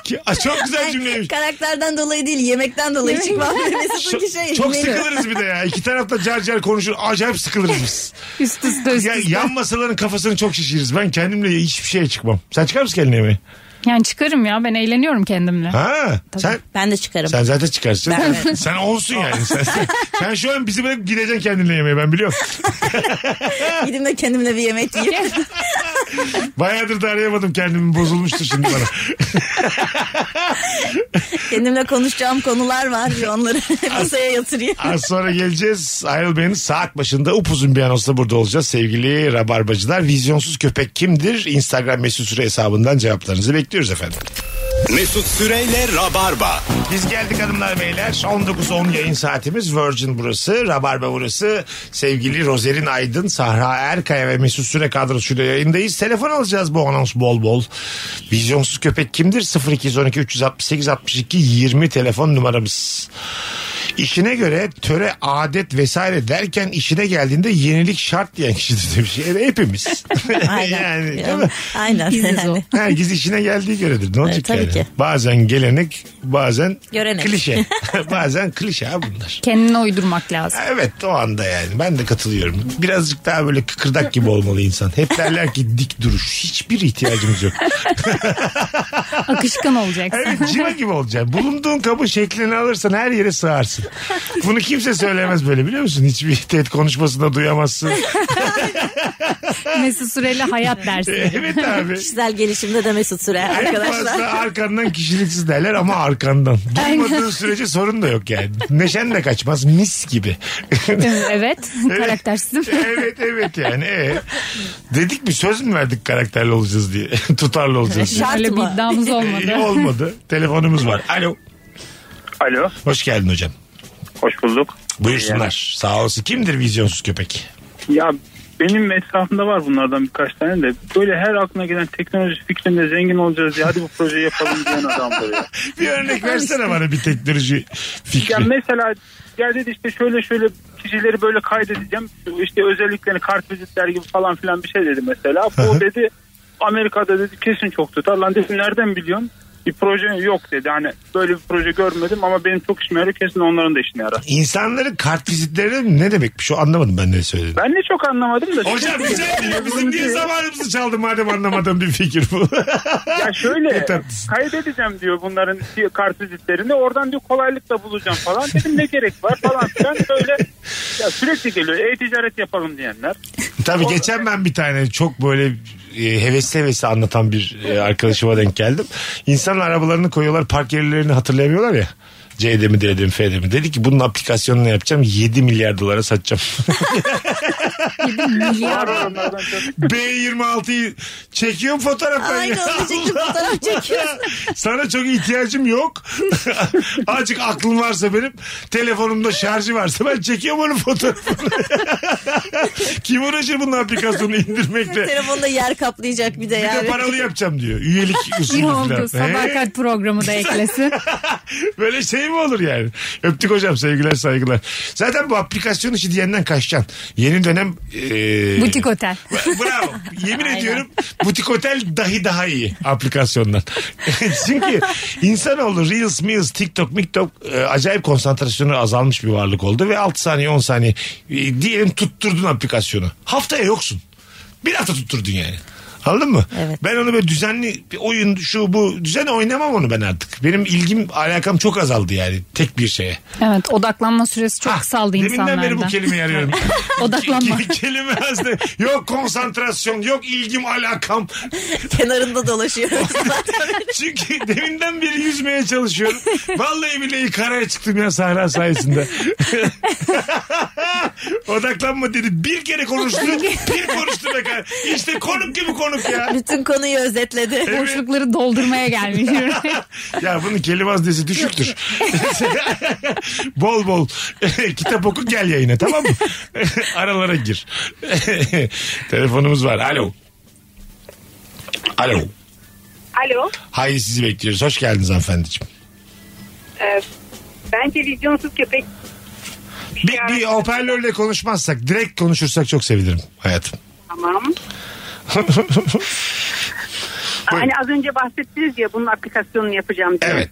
Speaker 2: Ki- Aa, Çok güzel cümleymiş.
Speaker 3: Karakterden dolayı değil yemekten dolayı çıkmam.
Speaker 2: Çok,
Speaker 3: Mesut'unki şey.
Speaker 2: çok
Speaker 3: menü.
Speaker 2: sıkılırız bir de ya. İki tarafta car car konuşur. Acayip sıkılırız biz.
Speaker 4: Üst üste üst
Speaker 2: Ya,
Speaker 4: üste.
Speaker 2: yan masaların kafasını çok şişiririz. Ben kendimle hiçbir şeye çıkmam. Sen çıkar mısın kendine mi?
Speaker 4: Yani çıkarım ya ben eğleniyorum kendimle.
Speaker 2: Ha, sen
Speaker 3: Ben de çıkarım.
Speaker 2: sen zaten çıkarsın.
Speaker 3: Ben- evet.
Speaker 2: Sen olsun yani. Sen, sen, sen şu an bizi bırakıp gideceksin kendinle yemeğe ben biliyorum.
Speaker 3: Gideyim de kendimle bir yemek yiyeyim.
Speaker 2: Bayağıdır da arayamadım kendimi bozulmuştu şimdi bana.
Speaker 3: kendimle konuşacağım konular var. Bir onları masaya yatırayım.
Speaker 2: Az sonra geleceğiz. Ayrılmayınız. Saat başında upuzun bir anonsla burada olacağız. Sevgili Rabarbacılar. Vizyonsuz köpek kimdir? Instagram mesut süre hesabından cevaplarınızı bekliyoruz efendim.
Speaker 1: Mesut Süreyle Rabarba.
Speaker 2: Biz geldik hanımlar beyler. 19.10 yayın saatimiz. Virgin burası. Rabarba burası. Sevgili Rozerin Aydın, Sahra Erkaya ve Mesut Süre kadrosuyla yayındayız. Telefon alacağız bu anons bol bol. Vizyonsuz köpek kimdir? 0212 368 62 20 telefon numaramız. İşine göre töre, adet vesaire derken işine geldiğinde yenilik şart diyen kişidir demiş. Yani hepimiz.
Speaker 3: Aynen.
Speaker 2: yani, değil mi?
Speaker 3: Yani, Aynen.
Speaker 4: Biziz o.
Speaker 3: Yani.
Speaker 2: Herkes işine geldiği göredir. Ne olacak
Speaker 3: tabii
Speaker 2: yani?
Speaker 3: ki.
Speaker 2: Bazen gelenek, bazen
Speaker 3: Görenek.
Speaker 2: klişe. bazen klişe ha bunlar.
Speaker 4: Kendine uydurmak lazım.
Speaker 2: Evet o anda yani ben de katılıyorum. Birazcık daha böyle kıkırdak gibi olmalı insan. Hep derler ki dik duruş. Hiçbir ihtiyacımız yok.
Speaker 4: Akışkan olacaksın.
Speaker 2: Evet civa gibi olacaksın. Bulunduğun kabın şeklini alırsan her yere sığarsın. Bunu kimse söylemez böyle biliyor musun? Hiçbir TED konuşmasında duyamazsın.
Speaker 4: Mesut Süreli hayat dersi.
Speaker 2: evet abi.
Speaker 3: Kişisel gelişimde de Mesut Süre
Speaker 2: Arkadaşlar.
Speaker 3: arkadaşlar.
Speaker 2: arkandan kişiliksiz derler ama arkandan. Durmadığın sürece sorun da yok yani. Neşen de kaçmaz mis gibi.
Speaker 4: evet. Karaktersizim.
Speaker 2: evet evet yani. Ee, dedik mi söz mü verdik karakterli olacağız diye. Tutarlı olacağız diye.
Speaker 3: Şart
Speaker 4: Öyle bir
Speaker 3: mı?
Speaker 4: iddiamız
Speaker 2: Ee,
Speaker 4: olmadı.
Speaker 2: olmadı. Telefonumuz var. Alo.
Speaker 8: Alo,
Speaker 2: Hoş geldin hocam.
Speaker 8: hoş bulduk.
Speaker 2: Buyursunlar. Sağ olsun. Kimdir vizyonsuz köpek?
Speaker 8: Ya benim etrafımda var bunlardan birkaç tane de. Böyle her aklına gelen teknoloji fikrinde zengin olacağız diye hadi bu projeyi yapalım diyen adamdır ya.
Speaker 2: Bir örnek versene bana bir teknoloji fikri.
Speaker 8: Ya mesela ya dedi işte şöyle şöyle kişileri böyle kaydedeceğim. İşte özelliklerini kartvizitler gibi falan filan bir şey dedi mesela. Bu dedi Amerika'da dedi kesin çok tutar. Lan dedim nereden biliyorsun? Bir proje yok dedi. Hani böyle bir proje görmedim ama benim çok işime yarıyor. Kesin onların da işine yarar.
Speaker 2: İnsanların kart vizitleri ne demekmiş? O anlamadım ben ne söyledim.
Speaker 8: Ben de çok anlamadım da.
Speaker 2: Hocam rica ederim. Bizim niye zamanımızı çaldı madem anlamadığım bir fikir bu.
Speaker 8: Ya şöyle
Speaker 2: Ne tatlısın.
Speaker 8: kaydedeceğim diyor bunların kartvizitlerini oradan diyor kolaylıkla bulacağım falan dedim ne gerek var falan filan böyle ya sürekli geliyor e-ticaret yapalım diyenler.
Speaker 2: Tabii geçen ben bir tane çok böyle e, hevesli hevesli anlatan bir e, arkadaşıma denk geldim. İnsanlar arabalarını koyuyorlar park yerlerini hatırlayamıyorlar ya. C'de mi D'de mi F'de mi? Dedi ki bunun aplikasyonunu yapacağım 7 milyar dolara satacağım.
Speaker 4: Milyar.
Speaker 8: Onlardan çok
Speaker 2: B26'yı çekiyorum fotoğraflarını.
Speaker 3: Aynen, onu çektim, fotoğraf çekiyorsun.
Speaker 2: Sana çok ihtiyacım yok. Azıcık aklım varsa benim telefonumda şarjı varsa ben çekiyorum onun fotoğrafını. Kim uğraşır bunun aplikasyonunu indirmekle?
Speaker 3: Telefonda yer kaplayacak
Speaker 2: Bir
Speaker 3: bir de
Speaker 2: de
Speaker 3: yani.
Speaker 2: paralı yapacağım diyor. Üyelik usulü
Speaker 4: İyi
Speaker 2: falan.
Speaker 4: oldu. Sadakat programı da eklesin.
Speaker 2: Böyle şey mi olur yani? Öptük hocam sevgiler saygılar. Zaten bu aplikasyon işi diyenden kaçacaksın. Yeni dönem... E...
Speaker 4: Butik otel.
Speaker 2: Bravo. Yemin ediyorum butik otel dahi daha iyi aplikasyondan. Çünkü insanoğlu Reels, Meals, TikTok, MikTok e, acayip konsantrasyonu azalmış bir varlık oldu. Ve 6 saniye 10 saniye e, diyelim tutturdun aplikasyonu. Haftaya yoksun. Bir hafta tutturdun yani. Anladın mı?
Speaker 3: Evet.
Speaker 2: Ben onu böyle düzenli bir oyun şu bu düzen oynamam onu ben artık. Benim ilgim alakam çok azaldı yani tek bir şeye.
Speaker 4: Evet odaklanma süresi çok
Speaker 2: Ah,
Speaker 4: kısaldı
Speaker 2: Deminden
Speaker 4: insanlarda.
Speaker 2: beri bu kelimeyi arıyorum.
Speaker 4: Odaklanma.
Speaker 2: Ke- kelime azdı. Yok konsantrasyon, yok ilgim, alakam.
Speaker 3: Kenarında dolaşıyoruz zaten.
Speaker 2: Çünkü deminden beri yüzmeye çalışıyorum. Vallahi billahi karaya çıktım ya Sahra sayesinde. Odaklanma dedi. Bir kere konuştu. Bir konuştu be kar. İşte konuk gibi konuk ya.
Speaker 3: Bütün konuyu özetledi.
Speaker 4: Boşlukları doldurmaya gelmiş.
Speaker 2: ya bunun kelime haznesi düşüktür. bol bol kitap oku gel yayına tamam mı? Aralara gir. Telefonumuz var. Alo. Alo.
Speaker 7: Alo.
Speaker 2: Hayır sizi bekliyoruz. Hoş geldiniz hanımefendiciğim.
Speaker 7: bence vizyonsuz köpek
Speaker 2: Bir, bir hoparlörle konuşmazsak, direkt konuşursak çok sevinirim hayatım.
Speaker 7: tamam. Hani az önce bahsettiniz ya bunun aplikasyonunu yapacağım diye.
Speaker 2: evet.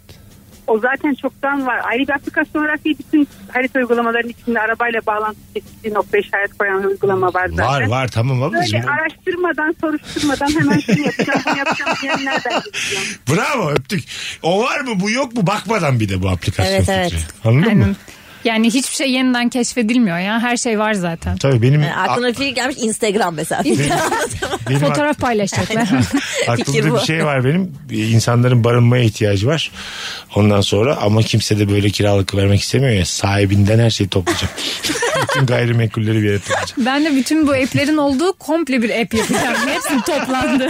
Speaker 7: O zaten çoktan var. Ayrı bir aplikasyon olarak değil bütün harita uygulamalarının içinde arabayla bağlantı çektiği nokta işaret koyan uygulama var zaten.
Speaker 2: Var var tamam
Speaker 7: Böyle
Speaker 2: ablacığım.
Speaker 7: araştırmadan, soruşturmadan hemen şunu yapacağım, bunu yapacağım diyenlerden geliyor.
Speaker 2: Bravo öptük. O var mı bu yok mu bakmadan bir de bu aplikasyon
Speaker 3: Evet,
Speaker 2: fikri.
Speaker 3: evet.
Speaker 2: Anladın mı?
Speaker 4: Aynen. Yani hiçbir şey yeniden keşfedilmiyor ya. Her şey var zaten.
Speaker 2: Tabii benim...
Speaker 3: Yani E, aklına fikir gelmiş Instagram mesela.
Speaker 2: benim
Speaker 4: Fotoğraf paylaşacaklar.
Speaker 3: Fikir
Speaker 2: Aklımda
Speaker 3: bu.
Speaker 2: bir şey var benim. İnsanların barınmaya ihtiyacı var. Ondan sonra ama kimse de böyle kiralık vermek istemiyor ya. Sahibinden her şeyi toplayacağım. Bütün gayrimenkulleri bir yere toplayacağım.
Speaker 4: ben de bütün bu app'lerin olduğu komple bir app yapacağım. Hepsi toplandı.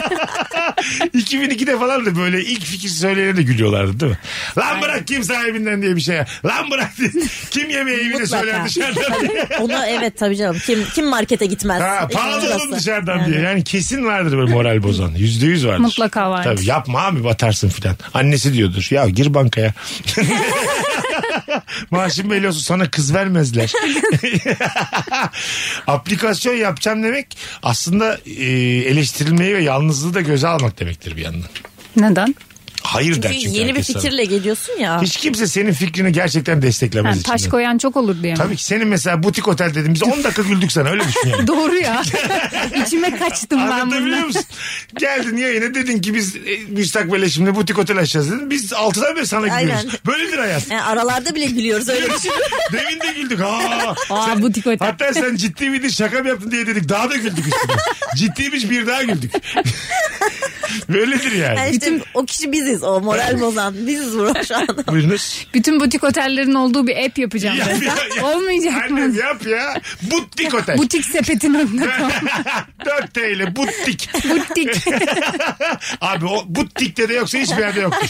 Speaker 2: 2002'de falan da böyle ilk fikir söyleyene de gülüyorlardı değil mi? Lan bırak kim sahibinden diye bir şey. Lan bırak diye. Kim yemeği evine
Speaker 3: Mutlaka.
Speaker 2: söyler dışarıdan diye.
Speaker 3: Onu evet tabii canım. Kim kim markete gitmez?
Speaker 2: Ha, pahalı
Speaker 3: Burası.
Speaker 2: oğlum dışarıdan diye. Yani kesin vardır böyle moral bozan. Yüzde yüz vardır.
Speaker 4: Mutlaka vardır.
Speaker 2: Tabii yapma abi batarsın filan. Annesi diyordur. Ya gir bankaya. Maaşın belli olsun sana kız vermezler. Aplikasyon yapacağım demek aslında e, eleştirilmeyi ve yalnızlığı da göze almak demektir bir yandan.
Speaker 4: Neden?
Speaker 2: Hayır der
Speaker 3: Çünkü
Speaker 2: çünkü
Speaker 3: yeni bir
Speaker 2: herkes sana.
Speaker 3: fikirle geliyorsun ya.
Speaker 2: Hiç kimse senin fikrini gerçekten
Speaker 4: Ha,
Speaker 2: desteklemez.
Speaker 4: taş
Speaker 2: içinden.
Speaker 4: koyan çok olur diye mi?
Speaker 2: Tabii ki senin mesela butik otel dediğimizde 10 dakika güldük sana öyle düşün yani.
Speaker 4: Doğru ya. İçime kaçtım ben
Speaker 2: Anlatabiliyor
Speaker 4: bunu.
Speaker 2: musun? Geldin yayına dedin ki biz e, müstakbele şimdi butik otel açacağız dedin. Biz 6'dan beri sana
Speaker 3: Aynen.
Speaker 2: gülüyoruz. Böyledir hayat.
Speaker 3: Yani aralarda bile gülüyoruz öyle şey. düşün.
Speaker 2: Demin de güldük. Aa,
Speaker 4: Aa,
Speaker 2: Sen-
Speaker 4: butik otel.
Speaker 2: Hatta sen ciddi miydin şaka mı yaptın diye dedik. Daha da güldük üstüne. Ciddiymiş bir daha güldük. Böyledir yani.
Speaker 3: Yani işte o kişi biziz o moral bozan. Biziz bu şu an.
Speaker 2: Buyurunuz.
Speaker 4: Bütün butik otellerin olduğu bir app yapacağım.
Speaker 2: Ya,
Speaker 4: ben.
Speaker 2: ya, ya.
Speaker 4: Olmayacak mı?
Speaker 2: Annem yap ya. Butik otel.
Speaker 4: Butik sepetin.com.
Speaker 2: 4 T ile butik.
Speaker 4: Butik.
Speaker 2: Abi o butikte de yoksa hiçbir yerde yoktur.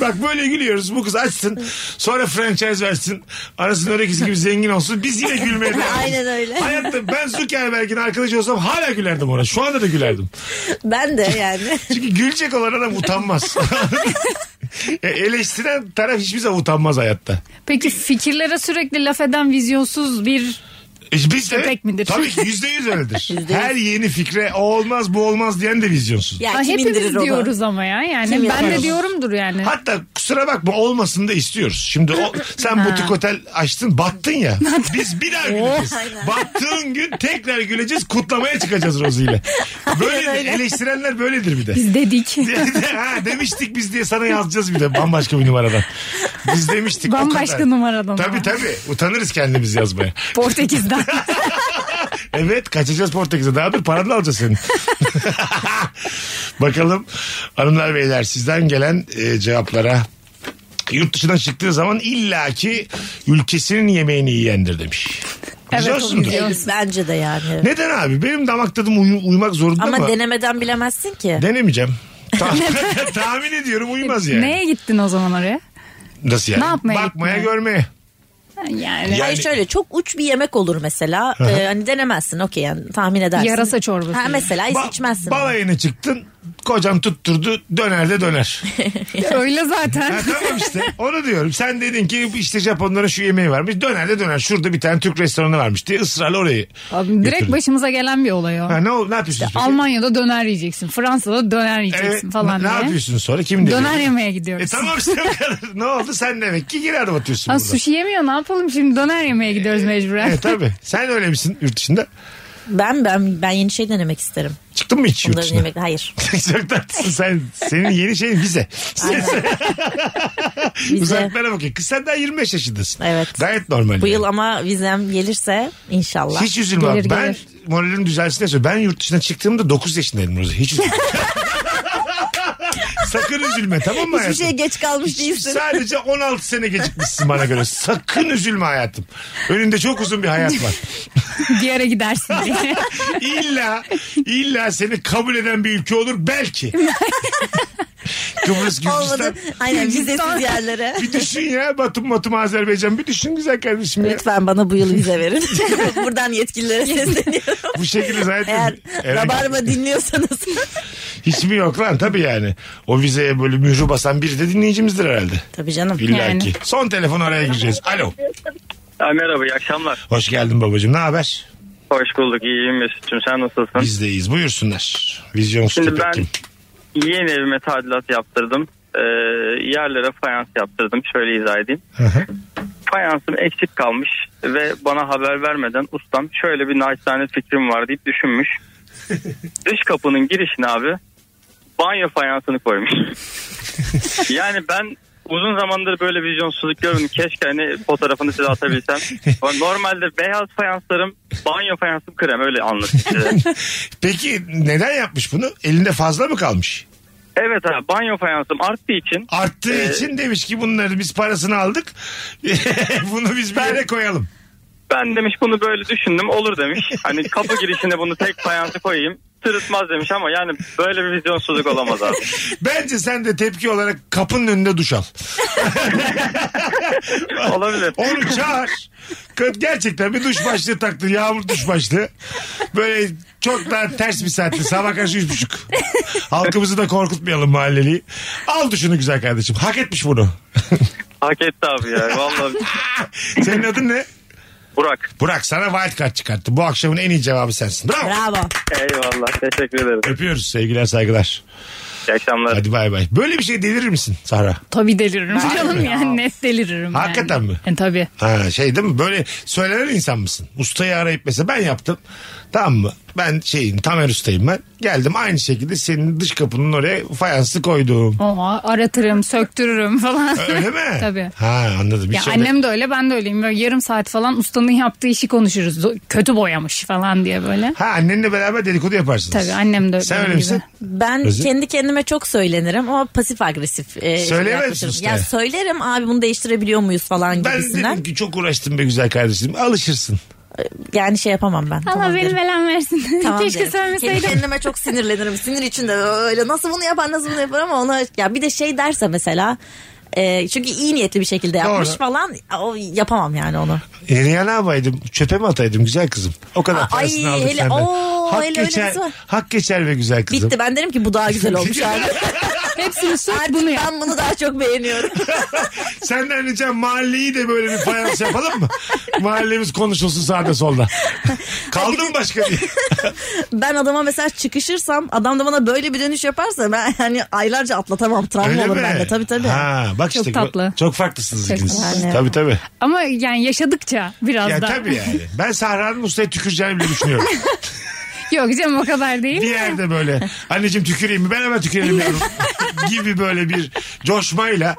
Speaker 2: Bak böyle gülüyoruz. Bu kız açsın. Sonra franchise versin. Arasında örekisi gibi zengin olsun. Biz yine gülmeye devam ederiz.
Speaker 3: Aynen öyle.
Speaker 2: Hayatta ben Zuckerberg'in arkadaşı olsam hala gülerdim ona. Şu anda da gülerdim.
Speaker 3: Ben de yani.
Speaker 2: Çünkü gülecek olan adam utanmaz. E, Eleştiren taraf hiçbir zaman utanmaz hayatta.
Speaker 4: Peki fikirlere sürekli laf eden vizyonsuz bir
Speaker 2: E, Biz de,
Speaker 4: Köpek midir?
Speaker 2: Tabii ki yüzde yüz öyledir. Her yeni fikre o olmaz bu olmaz diyen de vizyonsuz.
Speaker 3: Ya
Speaker 4: Ha,
Speaker 3: kim indirir
Speaker 4: hepimiz
Speaker 3: onu?
Speaker 4: diyoruz ama ya. Yani
Speaker 3: Kim
Speaker 4: ben
Speaker 3: yapar?
Speaker 4: de diyorumdur yani.
Speaker 2: Hatta kusura bakma olmasını da istiyoruz. Şimdi o, sen butik otel açtın battın ya. Biz bir daha
Speaker 4: Oh.
Speaker 2: güleceğiz.
Speaker 3: aynen.
Speaker 2: Battığın gün tekrar güleceğiz kutlamaya çıkacağız Rozi ile. Böyle eleştirenler böyledir bir de.
Speaker 4: Biz dedik.
Speaker 2: ha, demiştik biz diye sana yazacağız bir de bambaşka bir numaradan. Biz demiştik. o
Speaker 4: Bambaşka
Speaker 2: kadar.
Speaker 4: numaradan
Speaker 2: Tabii
Speaker 4: ama.
Speaker 2: tabii utanırız kendimiz yazmaya.
Speaker 4: Portekiz'den.
Speaker 2: Evet kaçacağız Portekiz'e. Daha dur paranı da alacağız senin. Bakalım hanımlar beyler sizden gelen e, cevaplara. yurt dışına çıktığı zaman illaki ülkesinin yemeğini yiyendir demiş.
Speaker 4: Evet,
Speaker 2: Biliyorsundur.
Speaker 4: onu biliyorum.
Speaker 3: Bence de yani.
Speaker 2: Neden abi? Benim damak tadım uyu- uymak zorunda
Speaker 3: Ama
Speaker 2: mı?
Speaker 3: denemeden bilemezsin ki.
Speaker 2: Denemeyeceğim. Ta- tahmin ediyorum uymaz yani.
Speaker 4: Neye gittin o zaman oraya?
Speaker 2: Nasıl yani?
Speaker 4: Ne yapmaya
Speaker 2: Bakmaya
Speaker 4: gittin?
Speaker 2: görmeye.
Speaker 4: Yani
Speaker 2: Ya-
Speaker 3: Hayır
Speaker 2: Yani-
Speaker 3: şöyle çok uç bir yemek olur mesela. Ee, hani denemezsin okey yani tahmin edersin.
Speaker 4: Yarasa çorbası.
Speaker 3: Ha mesela hiç
Speaker 2: Ba-
Speaker 3: içmezsin.
Speaker 2: balayına çıktın. Kocan tutturdu. Döner de döner.
Speaker 4: öyle zaten.
Speaker 2: Ha, tamam işte onu diyorum. Sen dedin ki işte Japonların şu yemeği varmış. Döner de döner. Şurada bir tane Türk restoranı varmış diye ısrarla orayı
Speaker 4: Abi, direkt
Speaker 2: götürdün.
Speaker 4: başımıza gelen bir olay o.
Speaker 2: Ha, ne, ol- ne yapıyorsunuz? peki?
Speaker 4: Almanya'da döner yiyeceksin. Fransa'da döner yiyeceksin
Speaker 2: Evet,
Speaker 4: falan
Speaker 2: ne, ne
Speaker 4: diye.
Speaker 2: yapıyorsunuz sonra? Kim dedi?
Speaker 4: Döner yemeye
Speaker 2: E
Speaker 4: gidiyoruz.
Speaker 2: tamam işte bu kadar. ne oldu? Sen demek ki geri adım atıyorsun
Speaker 4: Ha,
Speaker 2: burada.
Speaker 4: sushi yemiyor ne yapalım şimdi döner yemeye
Speaker 2: E,
Speaker 4: gidiyoruz mecburen.
Speaker 2: Evet tabii. Sen öyle misin yurt dışında?
Speaker 3: Ben ben ben yeni şey denemek isterim.
Speaker 2: Çıktın mı hiç yurt
Speaker 3: Bunların
Speaker 2: dışına?
Speaker 3: yemek hayır.
Speaker 2: Çok tatlısın sen. Senin yeni şeyin vize.
Speaker 3: Vize.
Speaker 2: Uzaklara bakıyor. Kız sen daha 25 yaşındasın.
Speaker 3: Evet.
Speaker 2: Gayet normal.
Speaker 3: Bu
Speaker 2: yani.
Speaker 3: yıl ama vizem gelirse inşallah.
Speaker 2: Hiç üzülme.
Speaker 4: Gelir,
Speaker 2: ben
Speaker 4: gelir.
Speaker 2: moralim düzelsin diye söylüyorum. Ben yurt dışına çıktığımda 9 yaşındaydım Rozi. Hiç üzülme. Sakın üzülme tamam mı
Speaker 3: Hiçbir
Speaker 2: hayatım?
Speaker 3: şeye geç kalmış değilsin.
Speaker 2: Sadece 16 sene gecikmişsin bana göre. Sakın üzülme hayatım. Önünde çok uzun bir hayat var.
Speaker 4: Bir yere gidersin diye.
Speaker 2: İlla, illa seni kabul eden bir ülke olur belki. Kıbrıs, Gürcistan.
Speaker 3: Olmadı. Aynen vizesiz yerlere.
Speaker 2: Bir düşün ya Batum, Batum, Azerbaycan. Bir düşün güzel kardeşim ya.
Speaker 3: Lütfen bana bu yıl vize verin. Buradan yetkililere sesleniyorum.
Speaker 2: Bu şekilde zaten
Speaker 3: Eğer
Speaker 2: Eren-
Speaker 3: Rabarba dinliyorsanız
Speaker 2: hiç mi yok lan tabii yani. O vizeye böyle mührü basan biri de dinleyicimizdir herhalde.
Speaker 3: Tabii canım.
Speaker 2: İlla
Speaker 4: Yani.
Speaker 2: ki. Son telefon araya gireceğiz. Alo.
Speaker 8: merhaba iyi akşamlar.
Speaker 2: Hoş geldin babacığım. Ne haber?
Speaker 8: Hoş bulduk iyiyim Mesut'cum sen nasılsın?
Speaker 2: Bizdeyiz. Buyursunlar. Vizyon
Speaker 8: Şimdi ben
Speaker 2: Stüdyo.
Speaker 8: yeni evime tadilat yaptırdım. Ee, yerlere fayans yaptırdım. Şöyle izah edeyim.
Speaker 2: Hı hı.
Speaker 8: Fayansım eksik kalmış ve bana haber vermeden ustam şöyle bir naçizane fikrim var deyip düşünmüş. Dış kapının girişine abi banyo fayansını koymuş. yani ben uzun zamandır böyle vizyonsuzluk görmedim. Keşke hani fotoğrafını size atabilsem. Ama Normalde beyaz fayanslarım banyo fayansım krem öyle anlatayım size.
Speaker 2: Peki neden yapmış bunu? Elinde fazla mı kalmış?
Speaker 8: Evet abi banyo fayansım arttığı için
Speaker 2: Arttığı
Speaker 8: Ee,
Speaker 2: için demiş ki bunları biz parasını aldık. bunu biz bir yere koyalım.
Speaker 8: ben demiş bunu böyle düşündüm olur demiş. Hani kapı girişine bunu tek fayansı koyayım sırıtmaz demiş ama yani böyle bir vizyonsuzluk olamaz abi.
Speaker 2: Bence sen de tepki olarak kapının önünde duş al.
Speaker 8: Olabilir.
Speaker 2: Onu çağır. Kız Gerçekten bir duş başlığı taktı. Yağmur duş başlığı. Böyle çok daha ters bir saatte. Sabah karşı üç buçuk. Halkımızı da korkutmayalım mahalleliği. Al duşunu güzel kardeşim. Hak etmiş bunu.
Speaker 8: Hak etti abi ya vallahi.
Speaker 2: Senin adın ne?
Speaker 8: Burak
Speaker 2: Burak sana wild card çıkarttı. Bu akşamın en iyi cevabı sensin. Bravo.
Speaker 3: Bravo.
Speaker 8: eyvallah teşekkür ederim.
Speaker 2: Öpüyoruz sevgiler saygılar.
Speaker 8: İyi akşamlar.
Speaker 2: Hadi bay bay. Böyle bir şey delirir misin Sahra?
Speaker 4: Tabii deliririm canım yani net deliririm.
Speaker 2: Hakikaten
Speaker 4: yani.
Speaker 2: mi?
Speaker 4: E, tabii.
Speaker 2: Ha, şey değil mi? Böyle söylenen insan mısın? Ustayı arayıp mesela ben yaptım. Tamam mı? Ben şeyin Tamer ustayım ben. Geldim aynı şekilde senin dış kapının oraya fayanslı koydum.
Speaker 4: Oha aratırım söktürürüm falan.
Speaker 2: Öyle mi?
Speaker 4: Tabii.
Speaker 2: Ha anladım. Bir
Speaker 4: Ya
Speaker 2: şey
Speaker 4: annem de öyle ben de öyleyim. Böyle yarım saat falan ustanın yaptığı işi konuşuruz. Do- Kötü boyamış falan diye böyle.
Speaker 2: Ha annenle beraber dedikodu yaparsınız.
Speaker 4: Tabii annem de
Speaker 2: Sen
Speaker 4: benim
Speaker 2: öyle
Speaker 4: gibi.
Speaker 2: misin?
Speaker 3: Ben
Speaker 2: Özür-
Speaker 3: kendi kendime çok söylenirim ama pasif agresif. E,
Speaker 2: Söyleyemezsin
Speaker 3: yaklaşırım.
Speaker 2: ustaya.
Speaker 3: Ya söylerim abi bunu değiştirebiliyor muyuz falan
Speaker 2: Ben
Speaker 3: gibisinden.
Speaker 2: dedim ki çok uğraştım be güzel kardeşim. Alışırsın.
Speaker 3: Yani şey yapamam ben.
Speaker 4: Allah
Speaker 3: tamam
Speaker 4: beni
Speaker 3: derim.
Speaker 4: belen versin.
Speaker 3: Tamam
Speaker 4: Keşke
Speaker 3: derim.
Speaker 4: söylemeseydim.
Speaker 3: Kendi kendime çok sinirlenirim. Sinir içinde öyle nasıl bunu yapar nasıl bunu yapar ama ona ya bir de şey derse mesela e, çünkü iyi niyetli bir şekilde yapmış
Speaker 2: Doğru.
Speaker 3: falan o yapamam yani onu.
Speaker 2: Eriye ne yapaydım? Çöpe mi ataydım güzel kızım? O kadar
Speaker 3: Ay,
Speaker 2: parasını aldık
Speaker 3: hele-
Speaker 2: senden.
Speaker 3: Oo,
Speaker 2: hak,
Speaker 3: hele öyle
Speaker 2: geçer,
Speaker 3: bir şey var.
Speaker 2: hak geçer be güzel kızım.
Speaker 3: Bitti ben derim ki bu daha güzel olmuş abi.
Speaker 4: Hepsini sök bunu yap.
Speaker 3: ben bunu daha çok beğeniyorum.
Speaker 2: Senden ricam mahalleyi de böyle bir fayans yapalım mı? Mahallemiz konuşulsun sağda solda. Kaldı mı başka bir?
Speaker 3: ben adama mesela çıkışırsam adam da bana böyle bir dönüş yaparsa ben hani aylarca atlatamam. Travma olur bende tabii tabii.
Speaker 2: Ha, bak
Speaker 4: Çok
Speaker 2: işte
Speaker 4: tatlı.
Speaker 2: çok farklısınız
Speaker 4: Çok
Speaker 2: ikiniz.
Speaker 3: yani.
Speaker 2: Tabii tabii.
Speaker 4: Ama yani yaşadıkça biraz
Speaker 2: Ya
Speaker 4: da.
Speaker 2: tabii yani. Ben Sahra'nın Mustafa'ya tüküreceğini bile düşünüyorum.
Speaker 4: Yok canım o kadar değil.
Speaker 2: bir yerde böyle anneciğim tüküreyim mi ben hemen tükürelim yavrum. gibi böyle bir coşmayla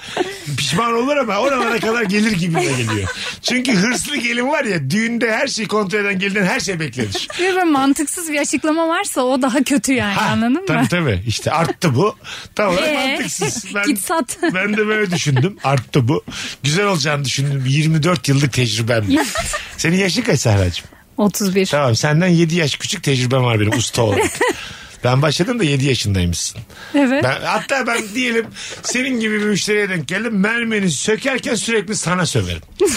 Speaker 2: Pişman olur ama oralara kadar gelir gibi de geliyor. Çünkü hırslı gelin var ya düğünde her şeyi kontrol eden gelinden her şey beklenir.
Speaker 4: Bir böyle mantıksız bir açıklama varsa o daha kötü yani
Speaker 2: Ha,
Speaker 4: E, anladın
Speaker 2: tabii
Speaker 4: mı?
Speaker 2: tabii. İşte arttı bu. Tamam
Speaker 4: Ee,
Speaker 2: mantıksız. Ben,
Speaker 4: git sat.
Speaker 2: ben de böyle düşündüm. Arttı bu. Güzel olacağını düşündüm. 24 yıllık tecrübem. Senin yaşın kaç Sahra'cığım?
Speaker 4: 31.
Speaker 2: Tamam senden 7 yaş küçük tecrübem var benim usta olarak. Ben başladım da 7 yaşındaymışsın.
Speaker 4: Evet.
Speaker 2: Ben, hatta ben diyelim senin gibi bir müşteriye denk geldim. Mermeni sökerken sürekli sana söverim.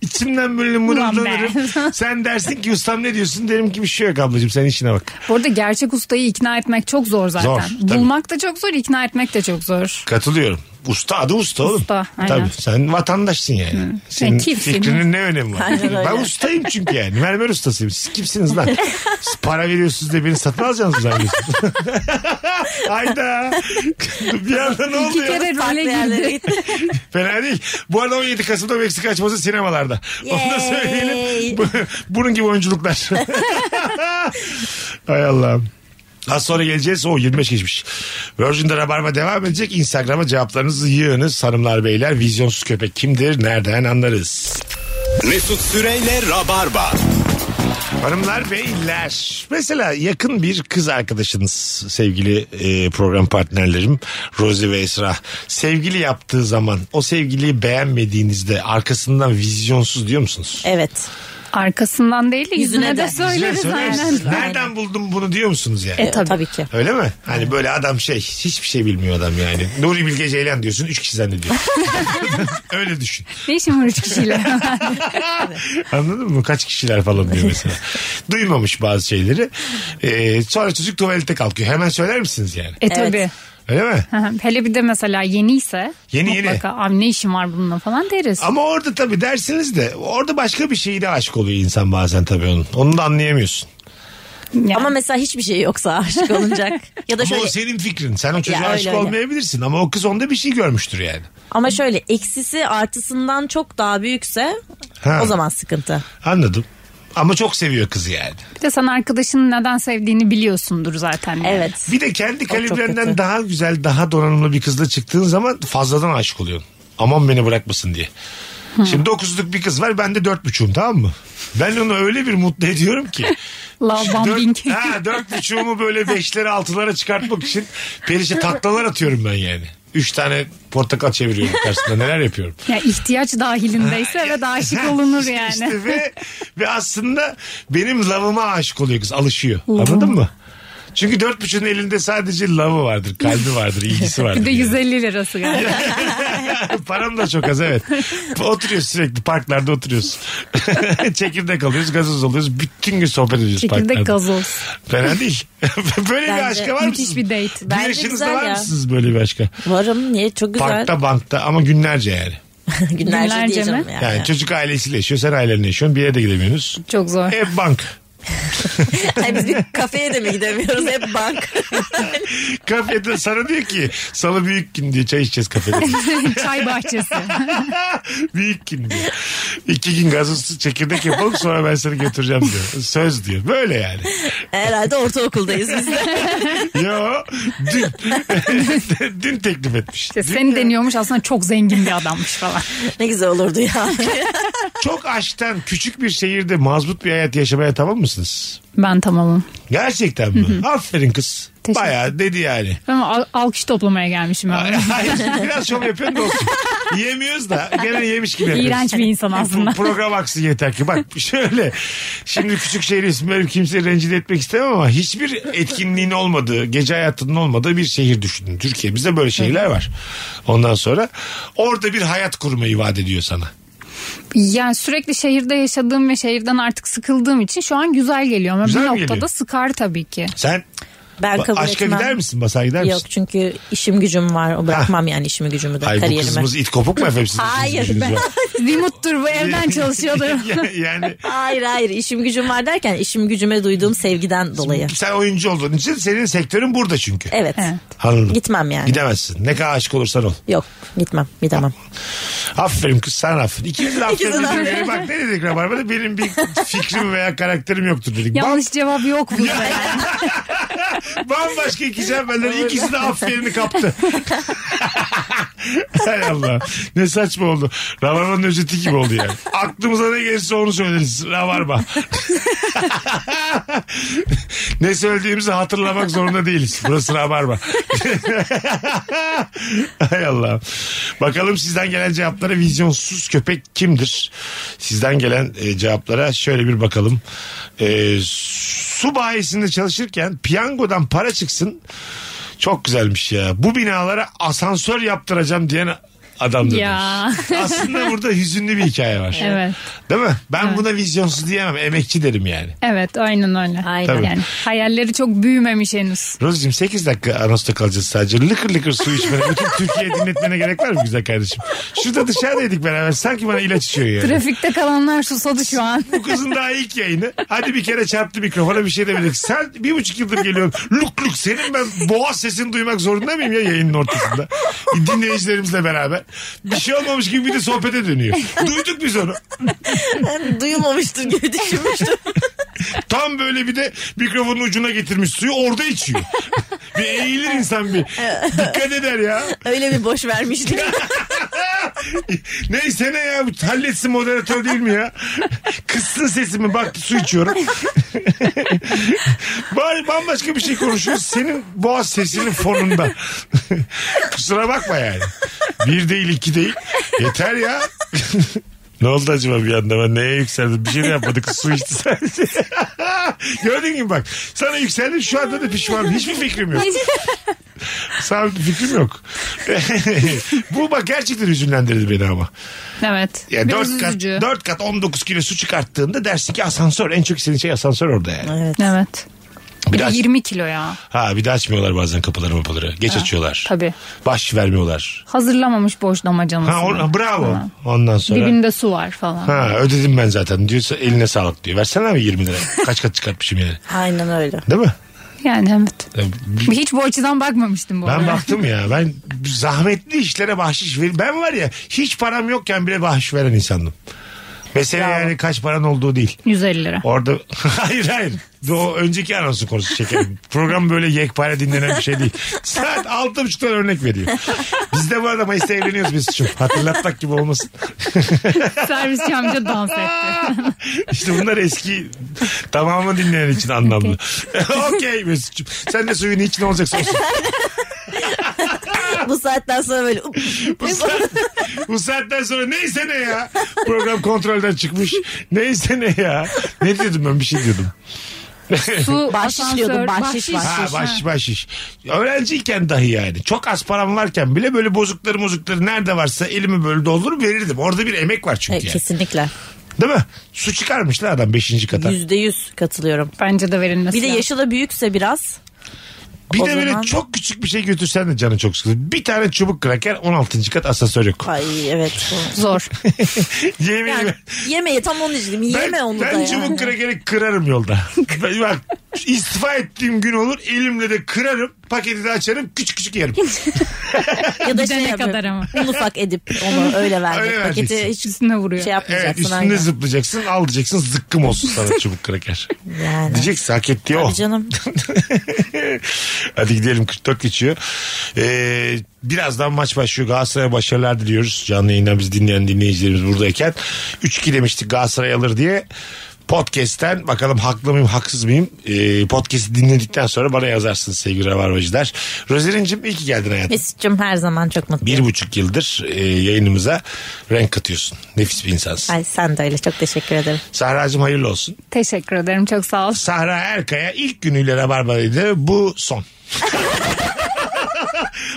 Speaker 2: İçimden böyle mırıldanırım. Sen dersin ki ustam ne diyorsun? Derim ki bir şey yok ablacığım sen işine bak.
Speaker 4: Bu arada gerçek ustayı ikna etmek çok zor zaten.
Speaker 2: Zor, tabii.
Speaker 4: Bulmak da çok zor, ikna etmek de çok zor.
Speaker 2: Katılıyorum. Usta adı usta oğlum.
Speaker 4: Usta, aynen. E,
Speaker 2: Tabii sen vatandaşsın yani. Senin
Speaker 4: kimsin?
Speaker 2: fikrinin ne önemi var?
Speaker 3: Aynen öyle.
Speaker 2: ben ustayım çünkü yani. Mermer ustasıyım. Siz kimsiniz lan? Siz para veriyorsunuz da beni satın alacaksınız mı zannediyorsunuz? Hayda. bir anda ne oldu
Speaker 4: İki
Speaker 2: ya?
Speaker 4: kere
Speaker 3: Farklı
Speaker 4: role
Speaker 3: yerlere
Speaker 4: girdi.
Speaker 3: gitti.
Speaker 2: Fena değil. Bu arada 17 Kasım'da Meksika açması sinemalarda. Onu da
Speaker 3: Yay.
Speaker 2: söyleyelim. Bu- Bunun gibi oyunculuklar. Hay Allah'ım. Az sonra geleceğiz. O 25 geçmiş. Virgin'de Rabarba devam edecek. Instagram'a cevaplarınızı yığınız. Hanımlar beyler vizyonsuz köpek kimdir? Nereden anlarız?
Speaker 1: Mesut Süreyle Rabarba.
Speaker 2: Hanımlar beyler. Mesela yakın bir kız arkadaşınız sevgili e, program partnerlerim Rozi ve Esra. Sevgili yaptığı zaman o sevgiliyi beğenmediğinizde arkasından vizyonsuz diyor musunuz?
Speaker 3: Evet.
Speaker 4: Arkasından değil de yüzüne,
Speaker 3: Yüzüne
Speaker 4: de,
Speaker 3: de.
Speaker 4: söyleriz
Speaker 2: Güzel, söyler
Speaker 4: aynen.
Speaker 2: misiniz? Nereden buldun bunu diyor musunuz yani?
Speaker 3: E, tabii. ki.
Speaker 2: Öyle mi? Hani böyle adam şey hiçbir şey bilmiyor adam yani. Nuri Bilge Ceylan diyorsun üç kişi zannediyor. Öyle düşün.
Speaker 4: Ne işin var üç kişiyle?
Speaker 2: Anladın mı? Kaç kişiler falan diyor mesela. Duymamış bazı şeyleri. Ee, sonra çocuk tuvalete kalkıyor. Hemen söyler misiniz yani?
Speaker 4: e tabii.
Speaker 2: Öyle mi?
Speaker 4: Hele bir de mesela yeniyse
Speaker 2: Yeni, yeni.
Speaker 4: mutlaka "Abi ne işin var bununla falan deriz.
Speaker 2: Ama orada tabii dersiniz de orada başka bir şeyi de aşık oluyor insan bazen tabii onun. Onu da anlayamıyorsun.
Speaker 4: Yani.
Speaker 3: Ama mesela hiçbir şey yoksa aşık olunacak. ya da
Speaker 2: Ama
Speaker 3: şöyle
Speaker 2: o senin fikrin. Sen o çocuğa
Speaker 3: öyle,
Speaker 2: aşık
Speaker 3: öyle.
Speaker 2: olmayabilirsin ama o kız onda bir şey görmüştür yani.
Speaker 3: ama şöyle eksisi artısından çok daha büyükse
Speaker 2: Ha.
Speaker 3: o zaman sıkıntı.
Speaker 2: Anladım. Ama çok seviyor kızı yani.
Speaker 4: bir de sen arkadaşının neden sevdiğini biliyorsundur zaten. yani.
Speaker 3: Evet.
Speaker 2: Bir de kendi
Speaker 3: çok
Speaker 2: kalibrenden
Speaker 3: kötü.
Speaker 2: daha güzel, daha donanımlı bir kızla çıktığın zaman fazladan aşık oluyorsun. Aman beni bırakmasın diye. Şimdi dokuzluk bir kız var ben de dört buçuğum tamam mı? Ben onu öyle bir mutlu ediyorum ki.
Speaker 4: Love
Speaker 2: Şu
Speaker 4: bombing.
Speaker 2: Dört, ha, dört buçuğumu böyle beşlere altılara çıkartmak için perişe taklalar atıyorum ben yani. Üç tane portakal çeviriyorum karşısında neler yapıyorum.
Speaker 4: Ya ihtiyaç dahilindeyse evet aşık olunur yani.
Speaker 2: İşte ve, ve aslında benim lavıma aşık oluyor kız alışıyor. Anladın mı? Çünkü dört buçuğun elinde sadece lavı vardır, kalbi vardır, ilgisi vardır.
Speaker 4: bir de
Speaker 2: yani.
Speaker 4: 150 lirası yani.
Speaker 2: Param da çok az evet. Oturuyoruz sürekli parklarda oturuyoruz. Çekirdek alıyoruz, gazoz alıyoruz. Bütün gün sohbet ediyoruz
Speaker 4: Çekirdek
Speaker 2: parklarda.
Speaker 4: gazoz.
Speaker 2: Fena değil. böyle bir
Speaker 3: Bence
Speaker 2: aşka var
Speaker 4: müthiş
Speaker 2: mısınız?
Speaker 4: bir date.
Speaker 2: Bir
Speaker 3: Bence
Speaker 2: yaşınızda
Speaker 3: güzel
Speaker 2: var
Speaker 3: ya.
Speaker 2: mısınız böyle bir aşka?
Speaker 3: Varım niye çok güzel.
Speaker 2: Parkta, bankta ama günlerce yani.
Speaker 3: Günlerce,
Speaker 4: Günlerce mi?
Speaker 3: diyeceğim
Speaker 2: Yani
Speaker 3: yani.
Speaker 2: çocuk ailesiyle yaşıyor, sen ailenle yaşıyorsun. Bir yere de gidemiyorsunuz.
Speaker 4: Çok zor.
Speaker 2: Ev bank.
Speaker 3: Ay, biz bir kafeye de mi gidemiyoruz hep bank.
Speaker 2: Kafede sana diyor ki salı büyük gün diyor çay içeceğiz kafede.
Speaker 4: Çay bahçesi.
Speaker 2: büyük gün diyor. İki gün gazoz çekirdek yapalım sonra ben seni götüreceğim diyor. Söz diyor. Böyle yani.
Speaker 3: Herhalde ortaokuldayız biz de.
Speaker 2: Yo dün, dün teklif etmiş.
Speaker 4: İşte
Speaker 2: Dün
Speaker 4: seni
Speaker 2: ya.
Speaker 4: deniyormuş aslında çok zengin bir adammış falan.
Speaker 3: Ne güzel olurdu ya.
Speaker 2: Çok açtan küçük bir şehirde mazbut bir hayat yaşamaya tamam mısınız?
Speaker 4: Ben tamamım.
Speaker 2: Gerçekten mi? Aferin kız.
Speaker 4: Teşekkür
Speaker 2: Bayağı dedi yani.
Speaker 4: Ama al- alkış toplamaya gelmişim. Ben.
Speaker 2: Hayır, biraz şov yapıyorsun da olsun. Yemiyoruz da gene yemiş gibi yapıyoruz.
Speaker 4: İğrenç bir insan aslında.
Speaker 2: Bu program aksın yeter ki. Bak şöyle. Şimdi küçük şehir isimleri kimseyi rencide etmek istemem ama hiçbir etkinliğin olmadığı, gece hayatının olmadığı bir şehir düşünün. Türkiye'mizde böyle şehirler var. Ondan sonra orada bir hayat kurmayı vaat ediyor sana.
Speaker 4: Yani sürekli şehirde yaşadığım ve şehirden artık sıkıldığım için şu an güzel geliyor. Ama
Speaker 2: Güzel mi
Speaker 4: bir noktada
Speaker 2: geliyor?
Speaker 4: sıkar tabii ki.
Speaker 2: Sen
Speaker 3: Ben kabul
Speaker 2: aşka
Speaker 3: etmem.
Speaker 2: gider misin? Basar gider misin?
Speaker 3: Yok çünkü işim gücüm var. O bırakmam yani işimi gücümü de
Speaker 2: Ay bu
Speaker 3: kariyerimi.
Speaker 2: kızımız it kopuk mu efendim? Sizin
Speaker 3: Hayır,
Speaker 2: işiniz
Speaker 3: ben-
Speaker 2: var.
Speaker 4: Remote'dur bu evden çalışıyordur.
Speaker 2: yani
Speaker 3: Hayır hayır işim gücüm var derken işim gücüme duyduğum sevgiden dolayı.
Speaker 2: sen oyuncu olduğun için senin sektörün burada çünkü.
Speaker 3: Evet.
Speaker 4: Evet.
Speaker 2: Anladım.
Speaker 3: Gitmem yani.
Speaker 2: Gidemezsin. Ne kadar aşık olursan ol.
Speaker 3: Yok gitmem gidemem.
Speaker 2: Aferin kız sen aferin. İkimiz de aferin.
Speaker 3: İkimiz de
Speaker 2: dedik. Yani Bak ne dedik Rabarba'da benim bir fikrim veya karakterim yoktur dedik.
Speaker 4: Yanlış cevap yok burada. yani.
Speaker 2: Bam, bambaşka iki cevap verdiler. İkisi de aferin'i kaptı. Hay Allah. Ne saçma oldu. Rabarba'nın özeti gibi oldu yani. Aklımıza ne gelirse onu söyleriz. Rabarba. ne söylediğimizi hatırlamak zorunda değiliz. Burası Rabarba. Hay Allah. Bakalım sizden gelen cevaplara vizyonsuz köpek kimdir? Sizden gelen e, cevaplara şöyle bir bakalım. E, su bayisinde çalışırken piyangodan para çıksın çok güzelmiş ya. Bu binalara asansör yaptıracağım diyen adamdır.
Speaker 4: Ya.
Speaker 2: demiş. Aslında burada hüzünlü bir hikaye var.
Speaker 4: Evet.
Speaker 2: Değil mi? Ben buna vizyonsuz diyemem. Emekçi derim yani.
Speaker 4: Evet aynen öyle.
Speaker 3: Aynen.
Speaker 2: Tabii.
Speaker 4: Yani hayalleri çok büyümemiş henüz.
Speaker 2: Rozicim 8 dakika anonsta kalacağız sadece. Lıkır lıkır su içmene, bütün Türkiye'yi dinletmene gerek var mı güzel kardeşim? Şurada dışarıdaydık beraber. Sanki bana ilaç içiyor yani.
Speaker 4: Trafikte kalanlar susadı şu an.
Speaker 2: Bu kızın daha ilk yayını. Hadi bir kere çarptı mikrofona bir şey demedik. Sen bir buçuk yıldır geliyorsun. Luk luk senin ben boğaz sesini duymak zorunda mıyım ya yayının ortasında? Dinleyicilerimizle beraber. Bir şey olmamış gibi bir de sohbete dönüyor. Duyduk biz onu.
Speaker 3: Duyulmamıştır gibi düşünmüştüm.
Speaker 2: Tam böyle bir de mikrofonun ucuna getirmiş suyu orada içiyor. bir eğilir insan bir. Dikkat eder ya.
Speaker 3: Öyle bir boş vermiştik.
Speaker 2: Neyse ne ya halletsin moderatör değil mi ya? Kıssın sesimi bak su içiyorum. Bari bambaşka bir şey konuşuyoruz. Senin boğaz sesinin fonunda. Kusura bakma yani. Bir değil iki değil. Yeter ya. ne oldu acaba bir anda ben neye yükseldim? Bir şey de yapmadık su içti sadece. Gördün gibi bak. Sana yükseldim şu anda da pişmanım. Hiçbir fikrim yok. Sabit bir fikrim yok. Bu bak gerçekten hüzünlendirdi beni ama.
Speaker 4: Evet.
Speaker 2: Yani
Speaker 4: Biraz
Speaker 2: 4 kat,
Speaker 4: üzücü.
Speaker 2: 4 kat 19 kilo su çıkarttığında dersin ki asansör. En çok istediğin şey asansör orada yani.
Speaker 4: Evet. Bir de
Speaker 2: Biraz-
Speaker 4: 20 kilo ya.
Speaker 2: Ha bir de açmıyorlar bazen kapıları mapıları. Geç açıyorlar.
Speaker 4: Tabii.
Speaker 2: Baş vermiyorlar.
Speaker 4: Hazırlamamış boş damacanasını.
Speaker 2: Ha or- bravo.
Speaker 4: Ha.
Speaker 2: Ondan sonra.
Speaker 4: Dibinde su var falan.
Speaker 2: Ha ödedim ben zaten diyorsa eline sağlık diyor. Versene abi 20 lira. Kaç kat çıkartmışım yani.
Speaker 3: Aynen öyle.
Speaker 2: Değil mi?
Speaker 4: Yani evet.
Speaker 2: Yani
Speaker 4: Hiç bu açıdan bakmamıştım bu
Speaker 2: Ben
Speaker 4: arada.
Speaker 2: baktım ya ben zahmetli işlere bahşiş ver. Ben var ya hiç param yokken bile bahşiş veren insandım. Mesela yani kaç paran olduğu değil.
Speaker 4: 150 lira.
Speaker 2: Orada hayır hayır. O önceki anonsu konusu şekerim. Program böyle yekpare dinlenen bir şey değil. Saat altı buçuktan örnek veriyor. Biz de bu arada Mayıs'ta evleniyoruz biz çok. Hatırlatmak gibi olmasın.
Speaker 4: Servisçi amca dans etti.
Speaker 2: işte bunlar eski tamamı dinleyen için anlamlı. Okey Mesut'cum. Sen de suyun için olacaksa olsun.
Speaker 3: Bu saatten sonra böyle.
Speaker 2: Bu, saat- bu saatten sonra neyse ne ya. Program kontrolden çıkmış. Neyse ne ya. Ne diyordum ben bir şey diyordum.
Speaker 4: Su,
Speaker 3: Bahşiş diyordun,
Speaker 4: asansör,
Speaker 3: bahşiş,
Speaker 2: Ha baş baş iş. Öğrenciyken dahi yani. Çok az param varken bile böyle bozukları mozukları nerede varsa elimi böyle doldurup verirdim. Orada bir emek var
Speaker 3: E,
Speaker 2: çünkü. yani.
Speaker 3: Kesinlikle.
Speaker 2: Değil mi? Su çıkarmış lan adam 5. kata.
Speaker 3: Yüzde yüz katılıyorum.
Speaker 4: Bence de verilmesi.
Speaker 3: Bir de
Speaker 4: lazım.
Speaker 3: yaşı da büyükse biraz.
Speaker 2: Bir
Speaker 3: O
Speaker 2: de böyle
Speaker 3: zaman-
Speaker 2: çok küçük bir şey götürsen de canı çok sıkılır. Bir tane çubuk kraker 16. kat asansör yok.
Speaker 3: Ay evet.
Speaker 4: zor.
Speaker 2: Yemin
Speaker 3: Yani
Speaker 2: ederim.
Speaker 3: yemeği tam onun için. Yeme
Speaker 2: ben,
Speaker 3: onu da
Speaker 2: ben
Speaker 3: yani.
Speaker 2: çubuk krakeri kırarım yolda. ben, bak istifa ettiğim gün olur elimle de kırarım paketi de açarım küçük küçük yerim.
Speaker 3: Ya da
Speaker 4: Gidene
Speaker 3: şey yapıyorum.
Speaker 4: kadar ama.
Speaker 3: Un ufak edip onu öyle vermek.
Speaker 2: Öyle
Speaker 3: Paketi
Speaker 2: vereceksin.
Speaker 3: hiç
Speaker 4: Üstüne vuruyor.
Speaker 3: şey
Speaker 2: Evet
Speaker 3: yapmayacaksın.
Speaker 2: üstünde
Speaker 3: aynen.
Speaker 2: zıplayacaksın al diyeceksin zıkkım olsun sana çubuk kraker.
Speaker 3: Yani.
Speaker 2: Diyeceksin hak ettiği o.
Speaker 3: Tabii canım.
Speaker 2: Hadi gidelim 44 geçiyor. Ee, birazdan maç başlıyor. Galatasaray'a başarılar diliyoruz. Canlı yayından biz dinleyen dinleyicilerimiz buradayken. 3-2 demiştik Galatasaray alır diye. Podcast'ten bakalım haklı mıyım haksız mıyım? Ee, podcast'i dinledikten sonra bana yazarsınız sevgili Rabarbacılar. Rozerin'cim iyi ki geldin hayatım.
Speaker 3: Mesut'cum her zaman çok mutluyum.
Speaker 2: Bir buçuk yıldır e, yayınımıza renk katıyorsun. Nefis bir insansın.
Speaker 3: Ay sen de öyle çok teşekkür ederim.
Speaker 2: Sahra'cığım hayırlı olsun.
Speaker 4: Teşekkür ederim çok sağ ol.
Speaker 2: Sahra Erkaya ilk günüyle Rabarba'daydı. Bu son.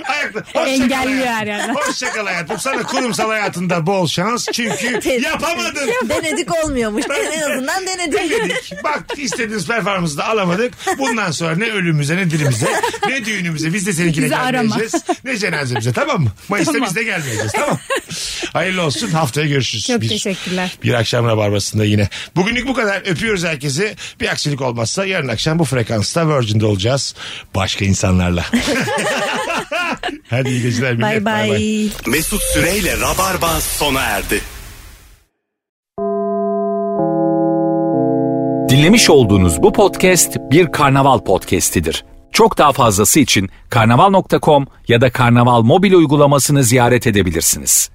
Speaker 2: Ayakta. Hoşçakal
Speaker 4: E, Engelliyor her
Speaker 2: hayatım.
Speaker 4: yerden.
Speaker 2: Hoşçakal hayatım. Sana kurumsal hayatında bol şans. Çünkü yapamadın.
Speaker 3: Denedik olmuyormuş. en azından denedik.
Speaker 2: Dedik. Bak istediğiniz performansı da alamadık. Bundan sonra ne ölümümüze ne dilimize ne düğünümüze biz de seninkine
Speaker 4: Bizi arama.
Speaker 2: gelmeyeceğiz. Ne cenazemize tamam mı? Mayıs'ta
Speaker 4: Tamam.
Speaker 2: biz de gelmeyeceğiz tamam. Hayırlı olsun haftaya görüşürüz.
Speaker 4: Çok teşekkürler.
Speaker 2: Bir akşam rabarbasında yine. Bugünlük bu kadar öpüyoruz herkesi. Bir aksilik olmazsa yarın akşam bu frekansta Virgin'de olacağız. Başka insanlarla. Hadi iyi geceler millet.
Speaker 3: Bay bay.
Speaker 1: Mesut Süreyle Rabarba sona erdi.
Speaker 9: Dinlemiş olduğunuz bu podcast bir karnaval podcastidir. Çok daha fazlası için karnaval.com ya da karnaval mobil uygulamasını ziyaret edebilirsiniz.